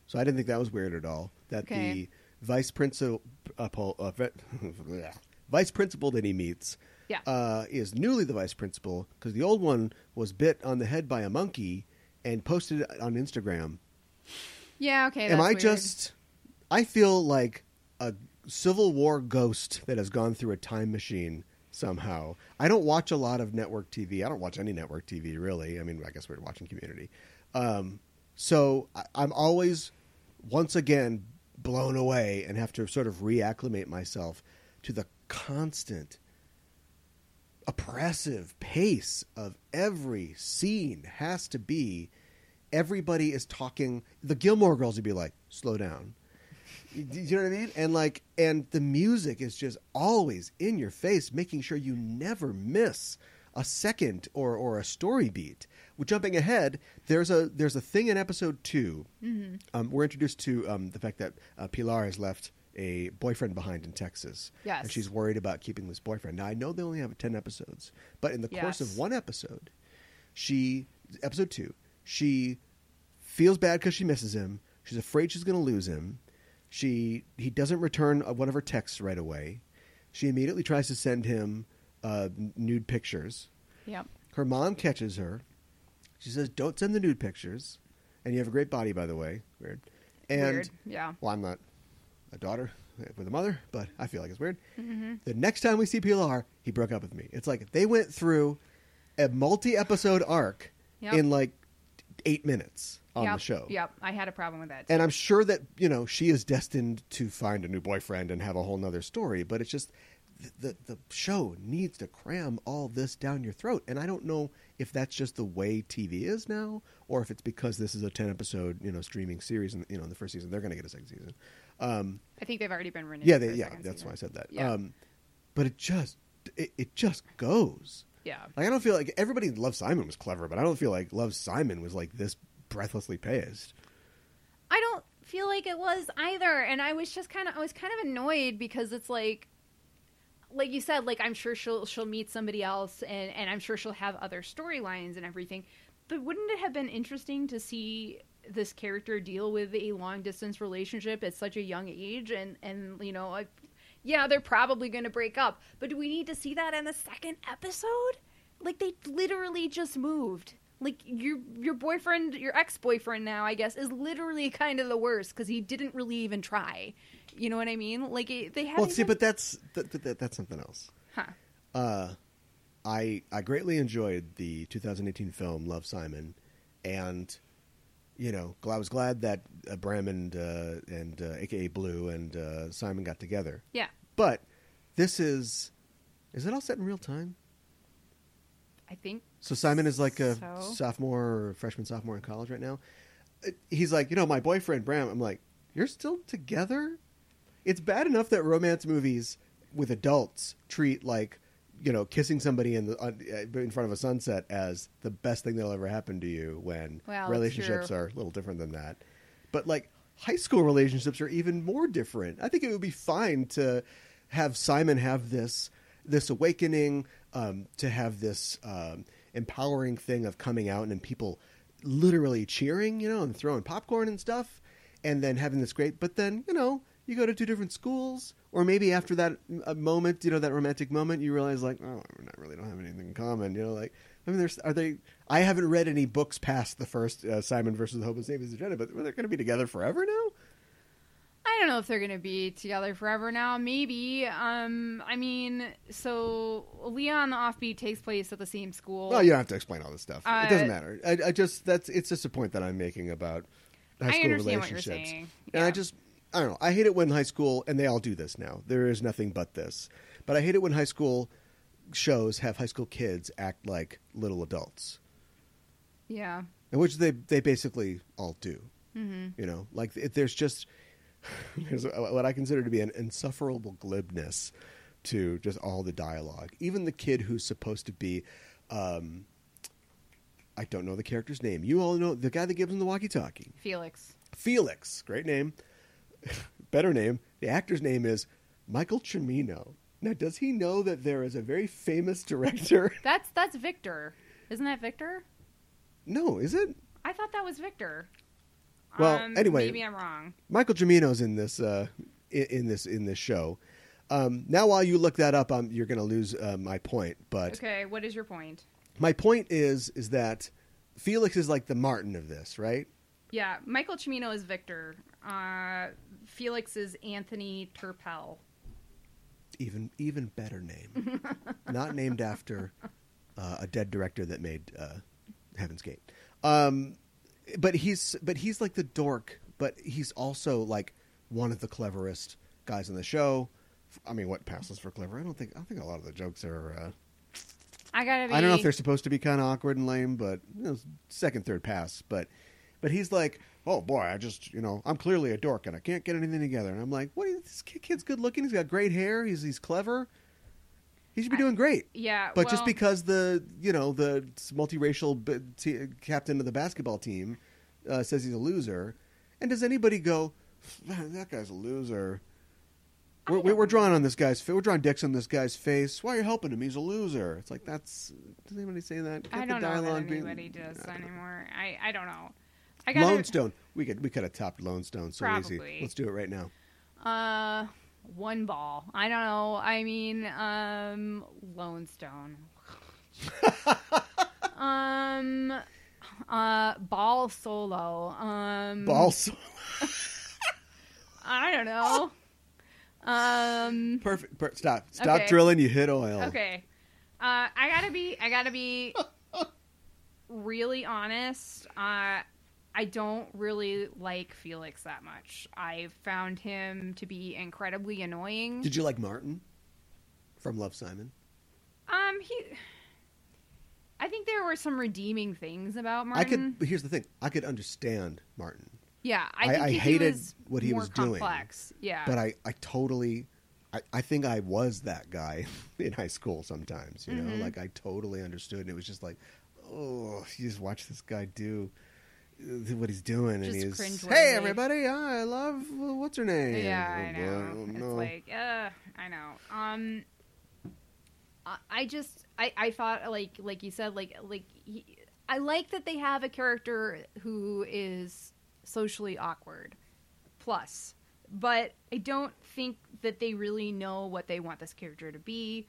so I didn't think that was weird at all. That Okay. the vice principal, uh, pol- uh, ve- vice principal that he meets, Yeah. uh, is newly the vice principal because the old one was bit on the head by a monkey and posted it on Instagram. yeah okay Am I just? I feel like a Civil War ghost that has gone through a time machine somehow. I don't watch a lot of network TV. I don't watch any network TV really. I mean, I guess we're watching Community. Um, so I, I'm always, once again, blown away and have to sort of reacclimate myself to the constant oppressive pace of every scene has to be everybody is talking the gilmore girls would be like slow down you, you know what i mean and like and the music is just always in your face making sure you never miss a second or or a story beat well, jumping ahead there's a there's a thing in episode 2 um, we're introduced to um, the fact that uh, pilar has left a boyfriend behind in texas Yes. and she's worried about keeping this boyfriend. Now I know they only have ten episodes, but in the course Yes. of one episode, she episode two, she feels bad because she misses him. She's afraid she's going to lose him. She he doesn't return uh, one of her texts right away. She immediately tries to send him uh, nude pictures. yep Her mom catches her. She says, "Don't send the nude pictures." And you have a great body, by the way. Weird. And Weird, yeah. Well, I'm not a daughter with a mother, but I feel like it's weird. Mm-hmm. The next time we see PLR, he broke up with me. It's like they went through a multi-episode arc Yep. in like eight minutes on yep, the show. Yep, I had a problem with that. too. And I'm sure that, you know, she is destined to find a new boyfriend and have a whole nother story, but it's just the, the, the show needs to cram all this down your throat. And I don't know if that's just the way TV is now or if it's because this is a 10 episode, you know, streaming series and, you know, in the first season, they're going to get a second season. I think they've already been renewed. Yeah, for they, a yeah, second that's season. why I said that. Yeah. Um, but it just it, it just goes. Yeah. Like I don't feel like everybody Love Simon was clever, but I don't feel like Love Simon was like this breathlessly paced. I don't feel like it was either, and I was just kind of I was kind of annoyed because it's like, like you said, like I'm sure she'll she'll meet somebody else, and and I'm sure she'll have other storylines and everything. But wouldn't it have been interesting to see this character deal with a long distance relationship at such a young age, and and you know, I, yeah, they're probably going to break up, but do we need to see that in the second episode? Like they literally just moved. Like your your boyfriend, your ex boyfriend now, I guess, is literally kind of the worst because he didn't really even try. You know what I mean? Like it, they had. Well, see, but that's that, that- that, that's something else. Uh, huh. I I greatly enjoyed the 2018 film Love Simon, and you know gl- I was glad that uh, Bram and uh, and uh, AKA Blue and uh, Simon got together. Yeah, But this is is it all set in real time? I think. So Simon is like a So? sophomore or freshman sophomore in college right now. Uh, He's like, you know, my boyfriend Bram. I'm like, you're still together? It's bad enough that romance movies with adults treat like, you know, kissing somebody in the on, uh, in front of a sunset as the best thing that'll ever happen to you when Well, that's relationships true. are a little different than that. But like high school relationships are even more different. I think it would be fine to have Simon have this this awakening, um, to have this um, empowering thing of coming out and then people literally cheering, you know, and throwing popcorn and stuff, and then having this great. But then you know you go to two different schools, or maybe after that uh, moment, you know, that romantic moment, you realize like, oh, we not really don't have anything in common, you know, like. I mean, there's are they? I haven't read any books past the first uh, Simon versus the Hopeless Neighbors agenda, but they're going to be together forever now. I don't know if they're going to be together forever now. Maybe. Um. I mean, so Leon the offbeat takes place at the same school. Well, you don't have to explain all this stuff. Uh, it doesn't matter. I, I just that's it's just a point that I'm making about high I school understand what you're relationships. saying. And Yeah. I just I don't know. I hate it when high school and they all do this now. There is nothing but this. But I hate it when high school shows have high school kids act like little adults. Yeah. And which they they basically all do. Mm-hmm. You know, like it, there's just there's what I consider to be an insufferable glibness to just all the dialogue. Even the kid who's supposed to be, um, I don't know the character's name. You all know the guy that gives him the walkie-talkie. Felix. Felix, great name, better name. The actor's name is Michael Cimino. Now, does he know that there is a very famous director? That's that's Victor. Isn't that Victor? no, is it? I thought that was Victor. Well, um, anyway- maybe I'm wrong. Michael Cimino's in this uh, in, in this in this show. Um, now, while you look that up, i you're going to lose uh, my point. But Okay, what is your point? my point is is that Felix is like the Martin of this, right? Yeah, Michael Cimino is Victor. Uh, Felix is Anthony Turpel. Even even better name, not named after uh, a dead director that made uh, Heaven's Gate. Um, but he's but he's like the dork, but he's also like one of the cleverest guys in the show. I mean, what passes for clever? I don't think I think a lot of the jokes are. Uh, I gotta be. I don't know if they're supposed to be kind of awkward and lame, but you know, second, third pass. But but he's like, oh boy, I just you know I'm clearly a dork and I can't get anything together. And I'm like, what? Is, this kid- kid's good looking. He's got great hair. He's he's clever. He should be doing great. Yeah, But just well- because the you know the multiracial b- t- captain of the basketball team uh, says he's a loser, and does anybody go, "Man, that guy's a loser? We're, we- we're drawing on this guy's. fa- We're drawing dicks on this guy's face. Why are you helping him? He's a loser. It's like that's. Does anybody say that? Get I the don't know that dialogue being- anybody does anymore. I, I don't know. I gotta. Lone Stone. We could we could have topped Lone Stone so easy. Probably. Let's do it right now. Uh, one ball. I don't know. I mean, um, Lone Stone. um, uh, ball solo. Um, Balls. I don't know. Um. Perfect. Per- stop. Stop Okay. Oh. drilling. You hit oil. Okay. Uh, I gotta be. I gotta be. really honest, uh, I don't really like Felix that much. I found him to be incredibly annoying. Did you like Martin from Love Simon? Um, he. I think there were some redeeming things about Martin. I could. but Here's the thing. I could understand Martin, Yeah, I- I, think I he hated was what he more was doing, complex. doing. Yeah, but I I totally. I, I think I was that guy in high school sometimes, you know, Mm-hmm. like I totally understood. And it was just like, oh, you just watch this guy do uh, what he's doing. and Just he's, cringeworthy. hey, everybody, I love, what's her name? yeah, I Oh, boy, know. I don't it's know. like, uh, I know. Um, I, I just, I, I thought, like, like you said, like, like, he, I like that they have a character who is socially awkward, plus, but I don't think that they really know what they want this character to be,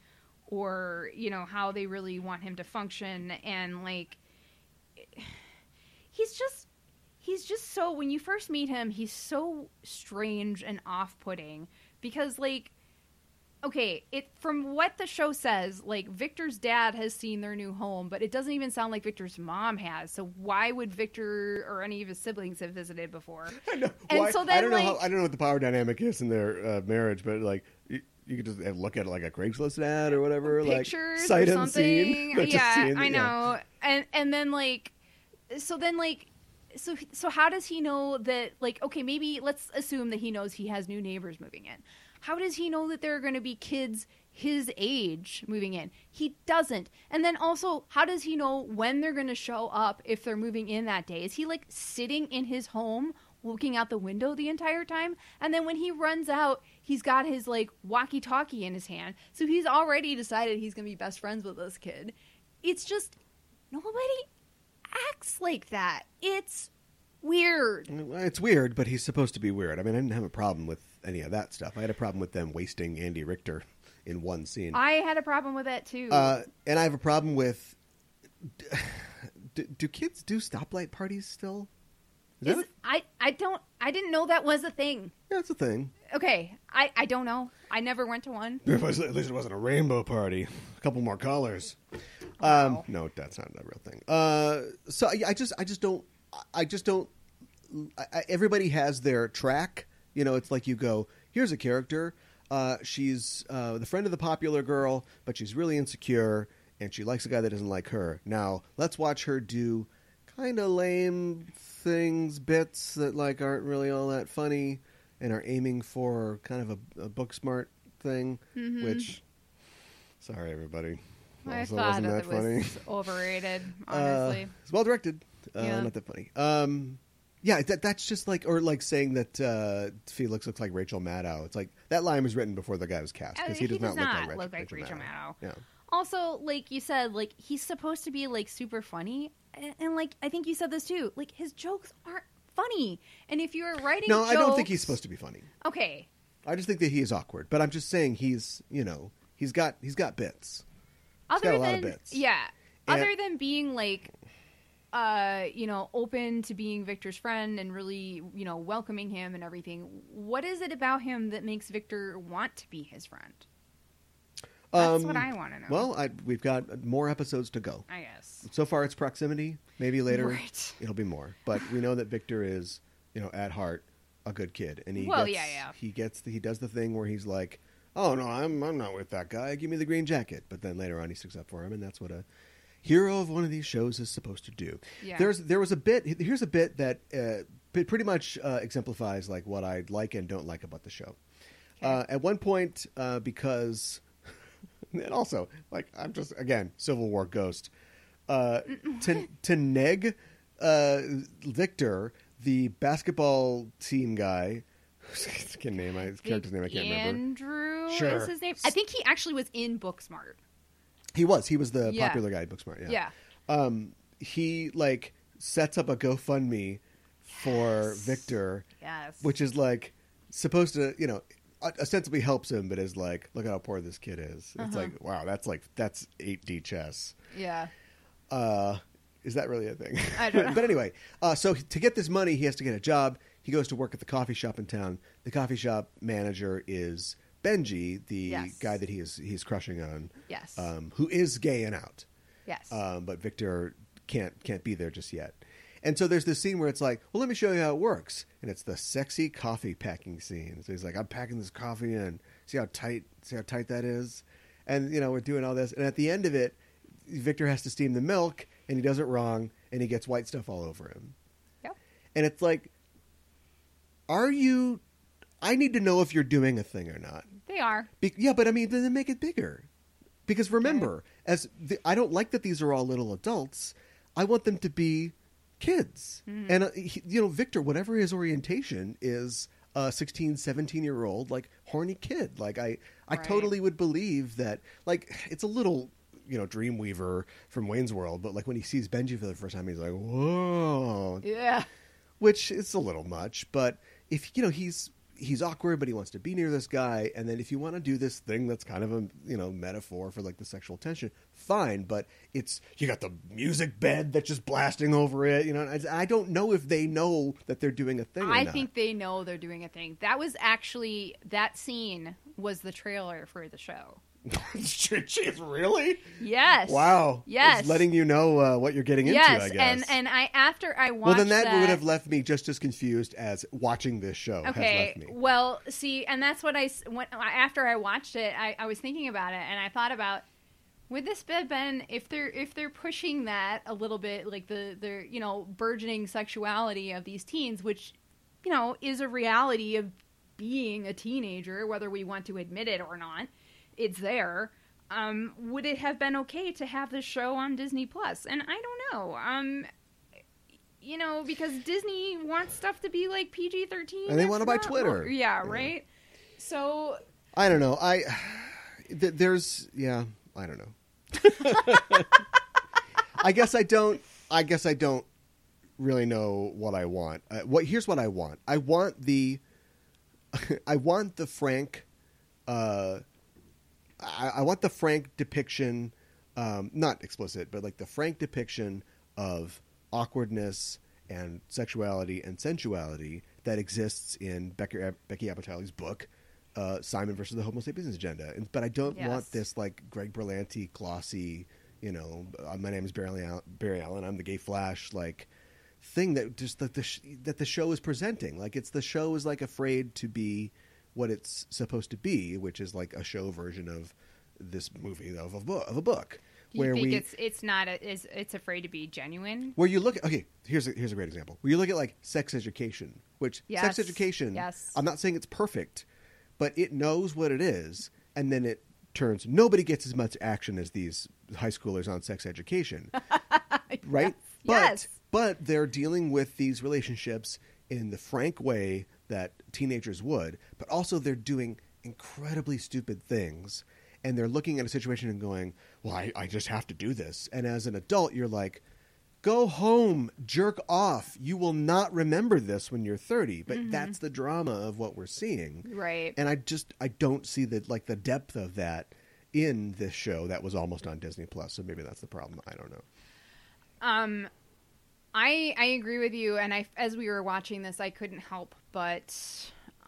or you know how they really want him to function, and like, he's just he's just so when you first meet him he's so strange and off-putting because like okay it from what the show says like victor's dad has seen their new home but it doesn't even sound like victor's mom has so why would victor or any of his siblings have visited before and Why- so I then, don't know. like- How, I don't know what the power dynamic is in their uh, marriage, but like you, you could just have- look at it like a Craigslist ad or whatever, pictures like sight or unseen. something They're just yeah seeing- i know and and then like so then like so so how does he know that like okay maybe let's assume that he knows he has new neighbors moving in how does he know that there are going to be kids his age moving in he doesn't and then also how does he know when they're going to show up if they're moving in that day is he like sitting in his home looking out the window the entire time and then when he runs out he's got his like walkie talkie in his hand so he's already decided he's going to be best friends with this kid it's just nobody acts like that. It's weird. Well, It's weird, but he's supposed to be weird. I mean, I didn't have a problem with any of that stuff. I had a problem with them wasting Andy Richter in one scene. I had a problem with that too. Uh, and I have a problem with. Do, do kids do stoplight parties still? Is Is- that a, I I don't I didn't know that was a thing. yeah, that's a thing. Okay, I I don't know. I never went to one. If I was- at least it wasn't a rainbow party. A couple more colors. Um, no, that's not a real thing. Uh, so I, I just, I just don't, I just don't. I, I- everybody has their track. You know, it's like you go. Here's a character. Uh, she's uh, the friend of the popular girl, but she's really insecure, and she likes a guy that doesn't like her. Now let's watch her do kind of lame things, bits that like aren't really all that funny, and are aiming for kind of a, a book smart thing, which. Sorry, everybody. Mm-hmm. I Also, thought wasn't that it funny? was overrated. Uh, Honestly, it's well directed. Uh, Yeah. Not that funny. Um, yeah, that, that's just like, or like saying that uh, Felix looks like Rachel Maddow. It's like that line was written before the guy was cast Uh, because he, does not, look like, look like Rachel, Rachel Maddow. Yeah, also like you said, like he's supposed to be like super funny, and, and like I think you said this too. Like his jokes aren't funny, and if you're writing, no, I don't think jokes- he's supposed to be funny. Okay, I just think that he is awkward. But I'm just saying he's, you know, he's got he's got bits. other got a than lot of bits. yeah And- other than being like uh you know open to being victor's friend and really you know welcoming him and everything what is it about him that makes victor want to be his friend that's what i want to know Um, Well, I, we've got more episodes to go. i guess So far, it's proximity. Maybe later Right. it'll be more. But we know that Victor is, you know, at heart a good kid, and he Well, gets, yeah, yeah. he gets the, he does the thing where he's like, "Oh no, I'm I'm not with that guy. Give me the green jacket." But then later on, he sticks up for him, and that's what a hero of one of these shows is supposed to do. Yeah. There's there was a bit. Here's a bit that uh, it pretty much uh, exemplifies like what I like and don't like about the show. Uh, at one point, uh, because and also like I'm just again Civil War ghost uh, to to neg uh, Victor, the basketball team guy. I can name I- his character's name I can't remember. andrew Sure. is his name i think he actually was in booksmart He was he was the Yeah. popular guy at Booksmart. Yeah. yeah He like sets up a GoFundMe for Victor, yes which is like supposed to you know ostensibly helps him, but is like look how poor this kid is. It's like wow that's like that's eight D chess. yeah Uh, is that really a thing? I don't know. but anyway, uh, so to get this money, he has to get a job. He goes to work at the coffee shop in town. The coffee shop manager is Benji, the Yes. guy that he is he's crushing on, yes um, who is gay and out. yes Um, but Victor can't can't be there just yet. And so there's this scene where it's like, well, let me show you how it works. And it's the sexy coffee packing scene. So he's like, I'm packing this coffee in. See how tight, see how tight that is. And you know, we're doing all this. And at the end of it, Victor has to steam the milk, and he does it wrong, and he gets white stuff all over him. Yep. And it's like, are you? I need to know if you're doing a thing or not. They are. Be- yeah, but I mean, then make it bigger. Because remember, as the, I don't like that these are all little adults. I want them to be kids. And uh, he, you know, Victor, whatever his orientation is, a 16, 17 year old like horny kid. Like I I Right. totally would believe that like it's a little you know, Dreamweaver from Wayne's World, but like when he sees Benji for the first time, he's like, "Whoa!" Yeah. which is a little much, but if you know he's he's awkward, but he wants to be near this guy, and then if you want to do this thing that's kind of a you know metaphor for like the sexual tension, fine. But it's you got the music bed that's just blasting over it, you know. and I, I don't know if they know that they're doing a thing. or I not. think they know they're doing a thing. That was actually that scene was the trailer for the show. Jeez, really? Yes. Wow. Yes. it's letting you know uh, what you're getting yes, into. I guess. and and I after I watched. well, then that, would have left me just as confused as watching this show Okay. has left me. Well, see, and that's what I s- when after I watched it, I, I was thinking about it, and I thought about would this have been if they're if they're pushing that a little bit, like the the you know burgeoning sexuality of these teens, which you know is a reality of being a teenager, whether we want to admit it or not, it's there. Um, would it have been okay to have this show on Disney Plus? And I don't know. Um, you know, because Disney wants stuff to be like PG thirteen, And they want it by Twitter. Yeah, Yeah. right. So I don't know. I th- there's yeah. I don't know. I guess I don't. I guess I don't really know what I want. Uh, what here's what I want. I want the. I want the Frank. Uh, I, I want the frank depiction, um, not explicit, but like the frank depiction of awkwardness and sexuality and sensuality that exists in Becky, Becky Apatow's book, uh, Simon versus the Homo Sapiens Agenda. And, but I don't Yes. want this like Greg Berlanti glossy, you know, uh, my name is Barry Allen, Barry Allen, I'm the gay flash, like thing that just that the sh- that the show is presenting. Like it's the show is like afraid to be what it's supposed to be, which is like a show version of this movie of a book of a book you think it's it's not a, it's, it's afraid to be genuine. where you look at okay here's a here's a great example where you look at like sex education which sex Yes. education Yes. i'm not saying it's perfect but it knows what it is and then it turns nobody gets as much action as these high schoolers on sex education right but Yes. but they're dealing with these relationships in the frank way that teenagers would but also they're doing incredibly stupid things and they're looking at a situation and going well i, I just have to do this and as an adult you're like Go home, jerk off. You will not remember this when you're 30, but that's the drama of what we're seeing. Right. And I just I don't see the like the depth of that in this show that was almost on Disney Plus, so maybe that's the problem. I don't know. I I agree with you, and I as we were watching this, I couldn't help but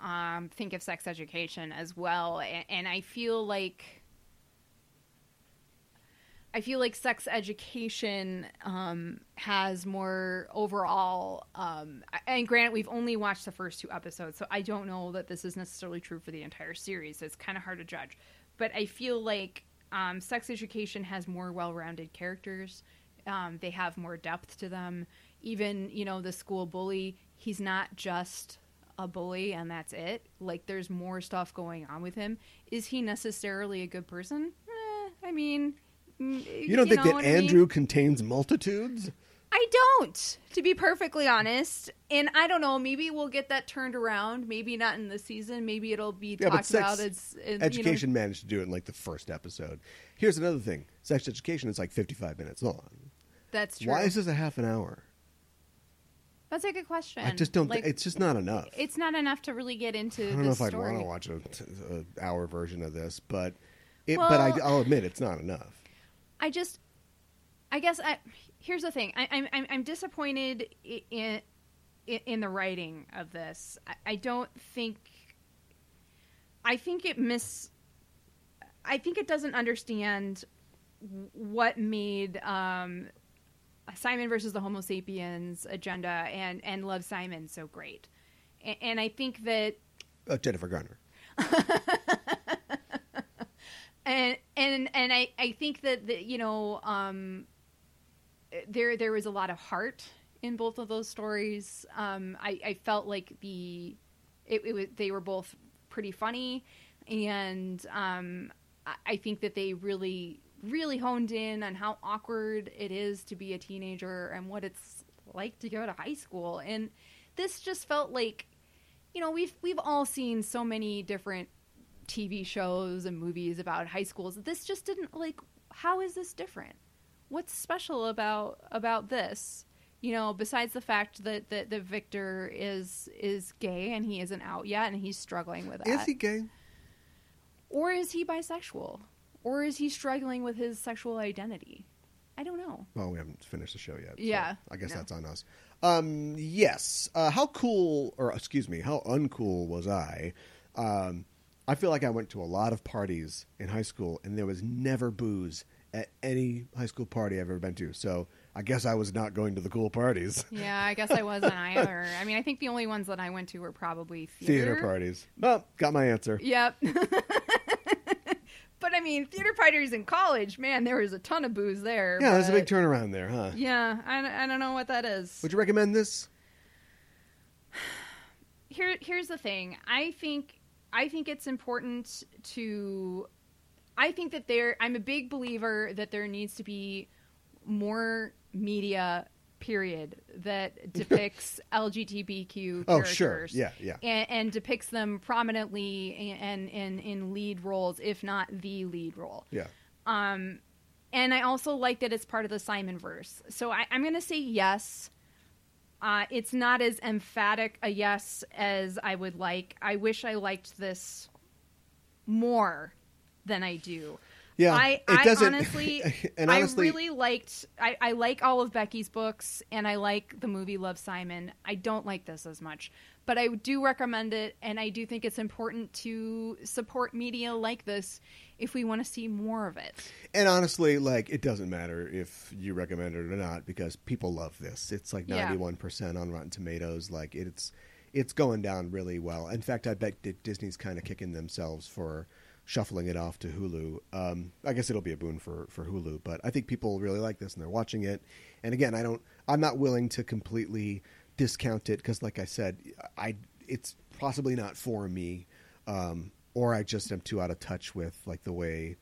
um, think of sex education as well, and, and I feel like I feel like sex education um, has more overall. Um, and granted, we've only watched the first two episodes, so I don't know that this is necessarily true for the entire series. It's kind of hard to judge, but I feel like um, sex education has more well-rounded characters. Um, they have more depth to them. Even you know the school bully, he's not just a bully and that's it. Like there's more stuff going on with him. Is he necessarily a good person? Eh, I mean, mm, You don't think know that what I mean? Andrew contains multitudes? I don't, to be perfectly honest. And I don't know. Maybe we'll get that turned around. Maybe not in this season. Maybe it'll be Yeah, but talked sex about. It's in, education managed to do it in like the first episode. Here's another thing. Sex education is like 55 minutes long. You know, that's true. Why is this a half an hour? That's a good question. I just don't Like, it's just not enough. it's not enough to really get into. I don't know if I'd story. want to watch a, t- a hour version of this, but it, but I, Well- I'll admit it's not enough. I just, I guess I. Here's the thing. I, I'm I'm I'm disappointed i- in i- in the writing of this. I, I don't think. I think it miss. I think it doesn't understand w- what made um, Simon versus the Homo sapiens agenda and and Love Simon so great, and, and I think that Uh, Jennifer Garner. and and and I I think that the, you know um, there there was a lot of heart in both of those stories. Um, I I felt like the it, it was they were both pretty funny, and um, I, I think that they really really honed in on how awkward it is to be a teenager and what it's like to go to high school. And this just felt like you know we've we've all seen so many different TV shows and movies about high schools. This just didn't like how is this different? What's special about about this? You know, besides the fact that that, that Victor is is gay and he isn't out yet and he's struggling with that. Is he gay? or is he bisexual? Or is he struggling with his sexual identity? I don't know. Well, we haven't finished the show yet. so Yeah, I guess no. that's on us. Um, yes. Uh, how cool, or excuse me, how uncool was I? Um, I feel like I went to a lot of parties in high school, and there was never booze at any high school party I've ever been to. So I guess I was not going to the cool parties, Yeah, I guess I wasn't either. I mean, I think the only ones that I went to were probably theater parties. Well, got my answer. Yep. but I mean, theater parties in college, man, there was a ton of booze there. Yeah, there's a but- big turnaround there, huh? Yeah, I, I don't know what that is. Would you recommend this? Here, here's the thing. I think I think it's important to. I think that there. I'm a big believer that there needs to be more media. Period that depicts LGBTQ. Oh, sure. characters. Yeah, yeah. and, and depicts them prominently and in in lead roles, if not the lead role. Yeah. And I also like that it's part of the Simon verse. So I, I'm going to say yes. Uh, it's not as emphatic a yes as I would like. I wish I liked this more than I do. Yeah, I, it I doesn't- honestly, and honestly- I really liked. I, I like all of Becky's books, and I like the movie Love Simon. I don't like this as much, but I do recommend it, and I do think it's important to support media like this if we want to see more of it. And honestly, like it doesn't matter if you recommend it or not because people love this. It's like Yeah. ninety one percent on Rotten Tomatoes. Like it's it's going down really well. In fact, I bet that Disney's kind of kicking themselves for shuffling it off to Hulu. Um, I guess it'll be a boon for for Hulu, but I think people really like this and they're watching it. And again, I don't. I'm not willing to completely discount it because, like I said, I it's possibly not for me, um, or I just am too out of touch with like the way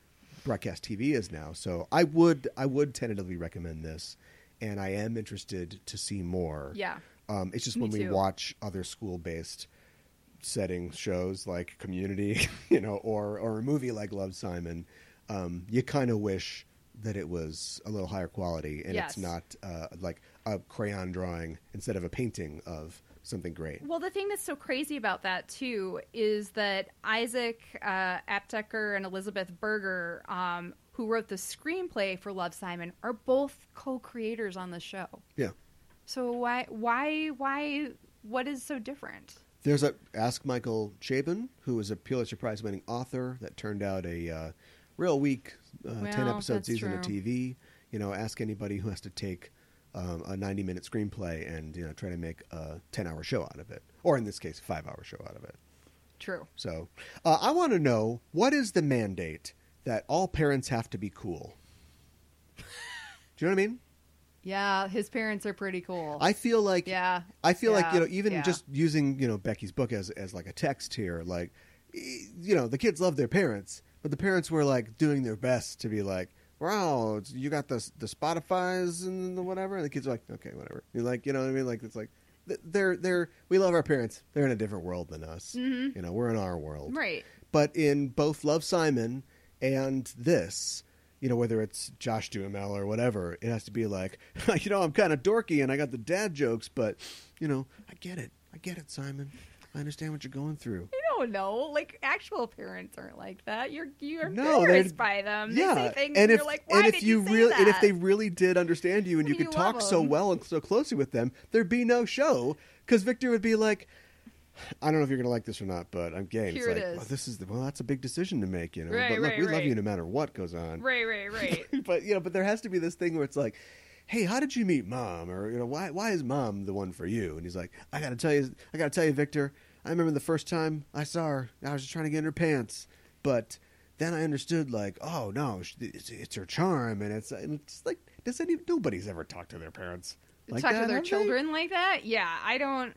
broadcast TV is now. So I would I would tentatively recommend this, and I am interested to see more. Yeah. um, it's just Me when we too. watch other school based setting shows like Community, you know, or or a movie like Love Simon, um, you kind of wish that it was a little higher quality and Yes. it's not uh, like a crayon drawing instead of a painting of something great. Well, the thing that's so crazy about that too is that Isaac uh, Apteker and Elizabeth Berger, um, who wrote the screenplay for Love Simon, are both co-creators on the show. Yeah. So why, why, why? What is so different? There's a Ask Michael Chabon, who was a Pulitzer Prize winning author that turned out a uh, real weak uh, ten Well, episode that's season of true. TV. You know, ask anybody who has to take um, a 90 minute screenplay and you know try to make a 10 hour show out of it, or in this case, a five hour show out of it. True. So uh, I want to know what is the mandate that all parents have to be cool. Do you know what I mean? Yeah, his parents are pretty cool. I feel like Yeah. I feel like you Yeah. know even Yeah. just using you know Becky's book as as like a text here, like e- you know the kids love their parents, but the parents were like doing their best to be like, wow, it's- you got the the Spotify's and the whatever, and the kids are like, okay, whatever. You're like, you know what I mean? Like it's like th- they're they're we love our parents. They're in a different world than us. You know, we're in our world, Mm-hmm. right. but in both Love Simon and this, you know, whether it's Josh Duhamel or whatever, it has to be like, you know, I'm kind of dorky and I got the dad jokes, but you know, I get it, I get it, Simon. I understand what you're going through. I don't know. Like actual parents aren't like that. You're you're No, they're- embarrassed by them. They say things and if you're like, why and if did you, say really that? and if they really did understand you and you You could love talk so them. well and so closely with them, there'd be no show because Victor would be like. I don't know if you're going to like this or not, but I'm gay. And Here it's it like, is. well, this is the, well, that's a big decision to make, you know. Right, but look, right, we love right. you no matter what goes on. right, right, right. but you know, but there has to be this thing where it's like, "Hey, how did you meet mom?" or you know, "Why why is mom the one for you?" And he's like, "I got to tell you, I got to tell you, Victor. I remember the first time I saw her. I was just trying to get in her pants, but then I understood like, oh no, sh- it's, it's her charm, and it's and it's like does any nobody's ever talked to their parents like talk that, to their have they? children like that yeah i don't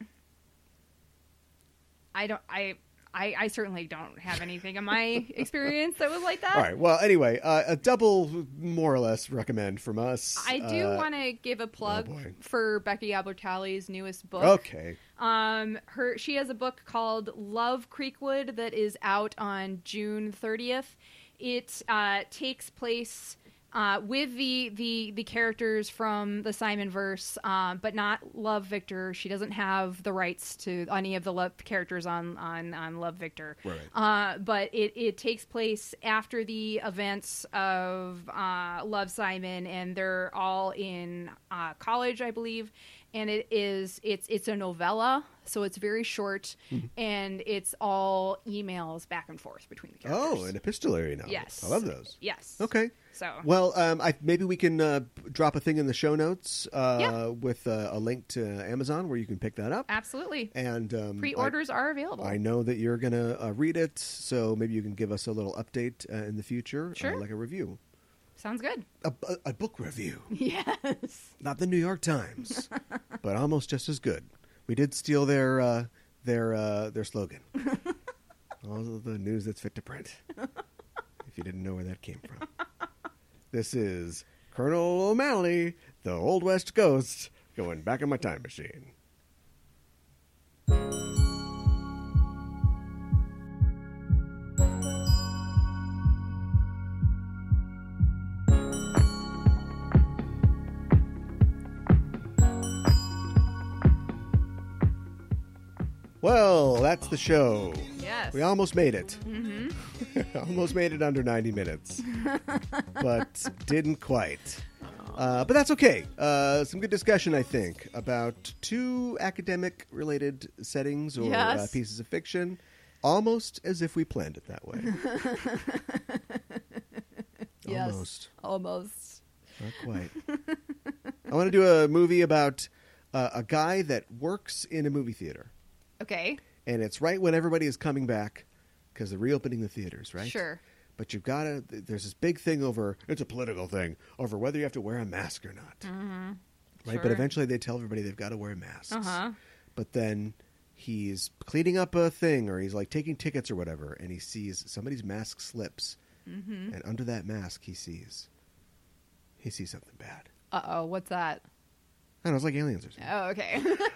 i don't i I, I certainly don't have anything in my experience that was like that. All right. Well, anyway, uh, a double more or less recommend from us. I do Uh, want to give a plug boy. for Becky Albertalli's newest book. Okay. Um, her she has a book called Love Creekwood that is out on June 30th. It uh, takes place uh, with the, the the characters from the Simon verse, uh, but not Love Victor. She doesn't have the rights to any of the love characters on on on Love Victor. Right. Uh, but it, it takes place after the events of uh, Love Simon, and they're all in uh, college, I believe. And it is it's it's a novella, so it's very short, Mm-hmm. and it's all emails back and forth between the characters. Oh, an epistolary novel. yes, I love those. Yes. Okay. So Well, um, I, maybe we can uh, drop a thing in the show notes uh, Yeah. with uh, a link to Amazon where you can pick that up. absolutely, And um, I- pre-orders are available. I know that you're going to uh, read it, so maybe you can give us a little update uh, in the future, Sure. uh, like a review, Sounds good. a, a, a book review, Yes. not the New York Times, but almost just as good. We did steal their uh, their uh, their slogan. All of the news that's fit to print. If you didn't know where that came from, this is Colonel O'Malley, the Old West Ghost, going back in my time machine. Well, that's the show. Yes. We almost made it. Mm-hmm. almost made it under 90 minutes, but didn't quite. Uh, but that's okay. Uh, some good discussion, I think, about two academic related settings or uh, Yes. pieces of fiction, almost as if we planned it that way. Yes. Almost. Almost. Not quite. I want to do a movie about uh, a guy that works in a movie theater. Okay. and it's right when everybody is coming back because they're reopening the theaters, right? Sure. But you've got to. There's this big thing over. It's a political thing over whether you have to wear a mask or not. Mm-hmm. Right. But Sure. eventually they tell everybody they've got to wear masks. Uh-huh. But then he's cleaning up a thing, or he's like taking tickets or whatever, and he sees somebody's mask slips, mm-hmm. and under that mask he sees. He sees something bad. Uh oh. What's that? I don't know. It's like aliens or something. Oh, okay.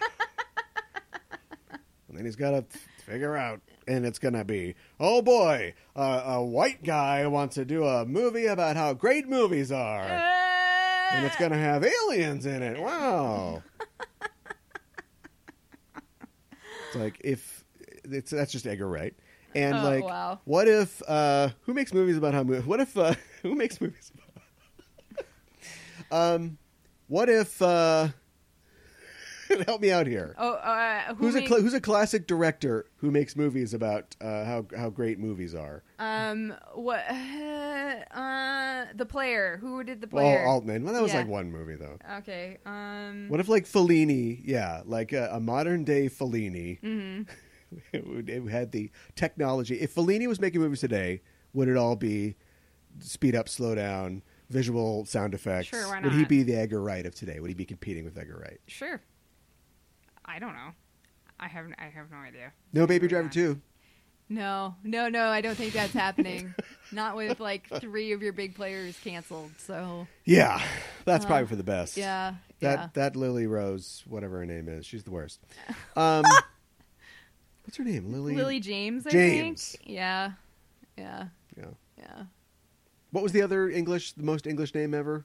And then he's got to figure out, and it's going to be, oh boy, uh, a white guy wants to do a movie about how great movies are. And it's going to have aliens in it. Wow. it's like, if it's, that's just Edgar Wright. And Oh, like, wow. what if, uh, who makes movies about how, mo- what if, uh, who makes movies about, um, what if, uh, help me out here. Oh, uh, who Who's a made- cl- who's a classic director who makes movies about uh, how how great movies are? Um, what? Uh, the player. Who did the Well, player? Altman. Well, that was Yeah. like one movie though. Okay. Um. What if like Fellini? Yeah, like uh, a, a modern day Fellini. It would- Mm-hmm. it had the technology. If Fellini was making movies today, would it all be speed up, slow down, visual sound effects? Sure, why Would he not? be the Edgar Wright of today? Would he be competing with Edgar Wright? Sure. I don't know. I have. I have no idea. No, Baby Probably Driver not. two. No, no, no. I don't think that's happening. Not with like three of your big players canceled. So Yeah, that's probably for the best. Uh, yeah, That yeah. that Lily Rose, whatever her name is, she's the worst. Um, what's her name? Lily. Lily James. I James. Think? Yeah. Yeah. Yeah. Yeah. What was the other English, the most English name ever?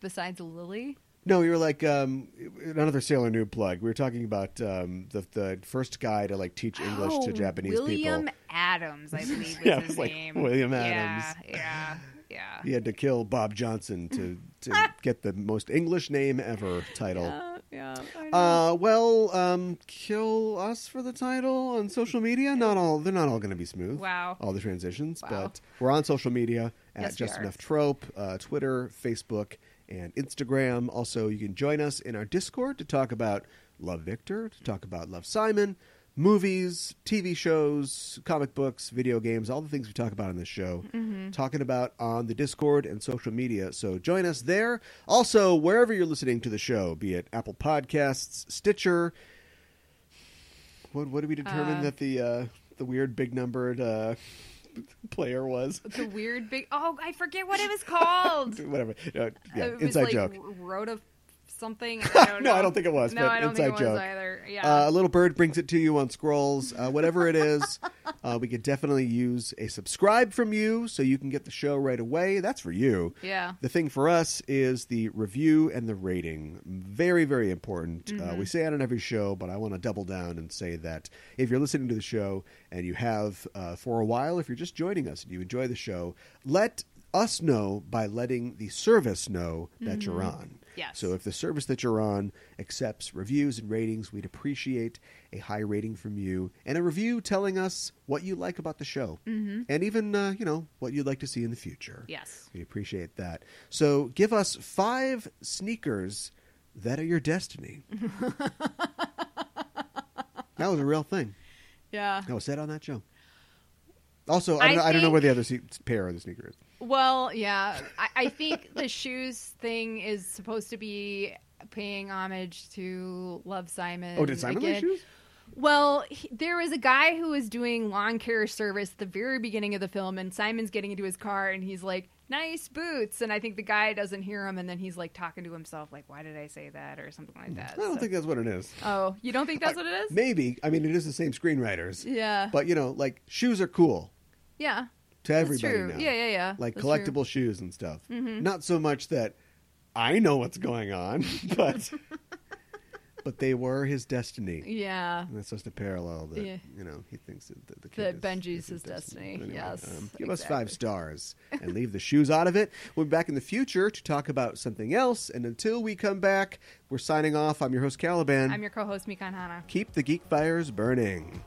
Besides Lily. No, we were like um, another Sailor Noob plug. We were talking about um, the the first guy to like teach English oh, to Japanese William people. Adams, I believe, was Yeah, it his was like name. William Yeah, Adams. Yeah. Yeah. He had to kill Bob Johnson to to get the most English name ever title. Yeah, yeah. I know. Uh, well, um, kill us for the title on social media. Not all they're not all going to be smooth. Wow. all the transitions, Wow. but we're on social media at Yes, we just are. enough trope, uh, Twitter, Facebook, and Instagram. Also, you can join us in our Discord to talk about Love Victor, to talk about Love Simon, movies, TV shows, comic books, video games, all the things we talk about on this show, Mm-hmm. talking about on the Discord and social media. So join us there. Also, wherever you're listening to the show, be it Apple Podcasts, Stitcher. What, what did we determine that the uh, the weird big numbered uh, player was? The weird big. Oh, I forget what it was called. Whatever. No, yeah, it was inside like joke. Wrote a something. I don't No, know. I don't think it was, No, but I don't think inside it was joke. either. Yeah. Uh, a little bird brings it to you on scrolls. Uh, whatever it is, uh, we could definitely use a subscribe from you so you can get the show right away. That's for you. yeah. The thing for us is the review and the rating. Very, very important. Mm-hmm. Uh, we say it on every show, but I want to double down and say that if you're listening to the show and you have uh, for a while, if you're just joining us and you enjoy the show, let us know by letting the service know that you're on. Mm-hmm. Yes. So if the service that you're on accepts reviews and ratings, we'd appreciate a high rating from you and a review telling us what you like about the show mm-hmm. and even, uh, you know, what you'd like to see in the future. Yes. We appreciate that. So give us five sneakers that are your destiny. that was a real thing. Yeah. That was said on that show. Also, I I don't, know, I don't know where the think- other se- pair of the sneaker is. Well, yeah. I, I think the shoes thing is supposed to be paying homage to Love Simon. Oh, did Simon again. like shoes? Well, he, there was a guy who was doing lawn care service at the very beginning of the film, and Simon's getting into his car, and he's like, "Nice boots," and I think the guy doesn't hear him, and then he's like talking to himself, like, "Why did I say that?" or something like that. I don't So- think that's what it is. Oh, you don't think that's what it is? Maybe. I mean, it is the same screenwriters. Yeah. But, you know, like, shoes are cool yeah. to That's everybody true. now. Yeah, yeah, yeah. Like, That's collectible true. Mm-hmm. shoes and stuff. Not so much that I know what's going on, but but they were his destiny. Yeah. And that's just a parallel that Yeah. you know he thinks that the, the kid That Benji's is his destiny. Yes, um, give us exactly. five stars and leave the shoes out of it. We'll be back in the future to talk about something else. And until we come back, we're signing off. I'm your host Caliban. I'm your co-host Mikan Hana. Keep the geek fires burning.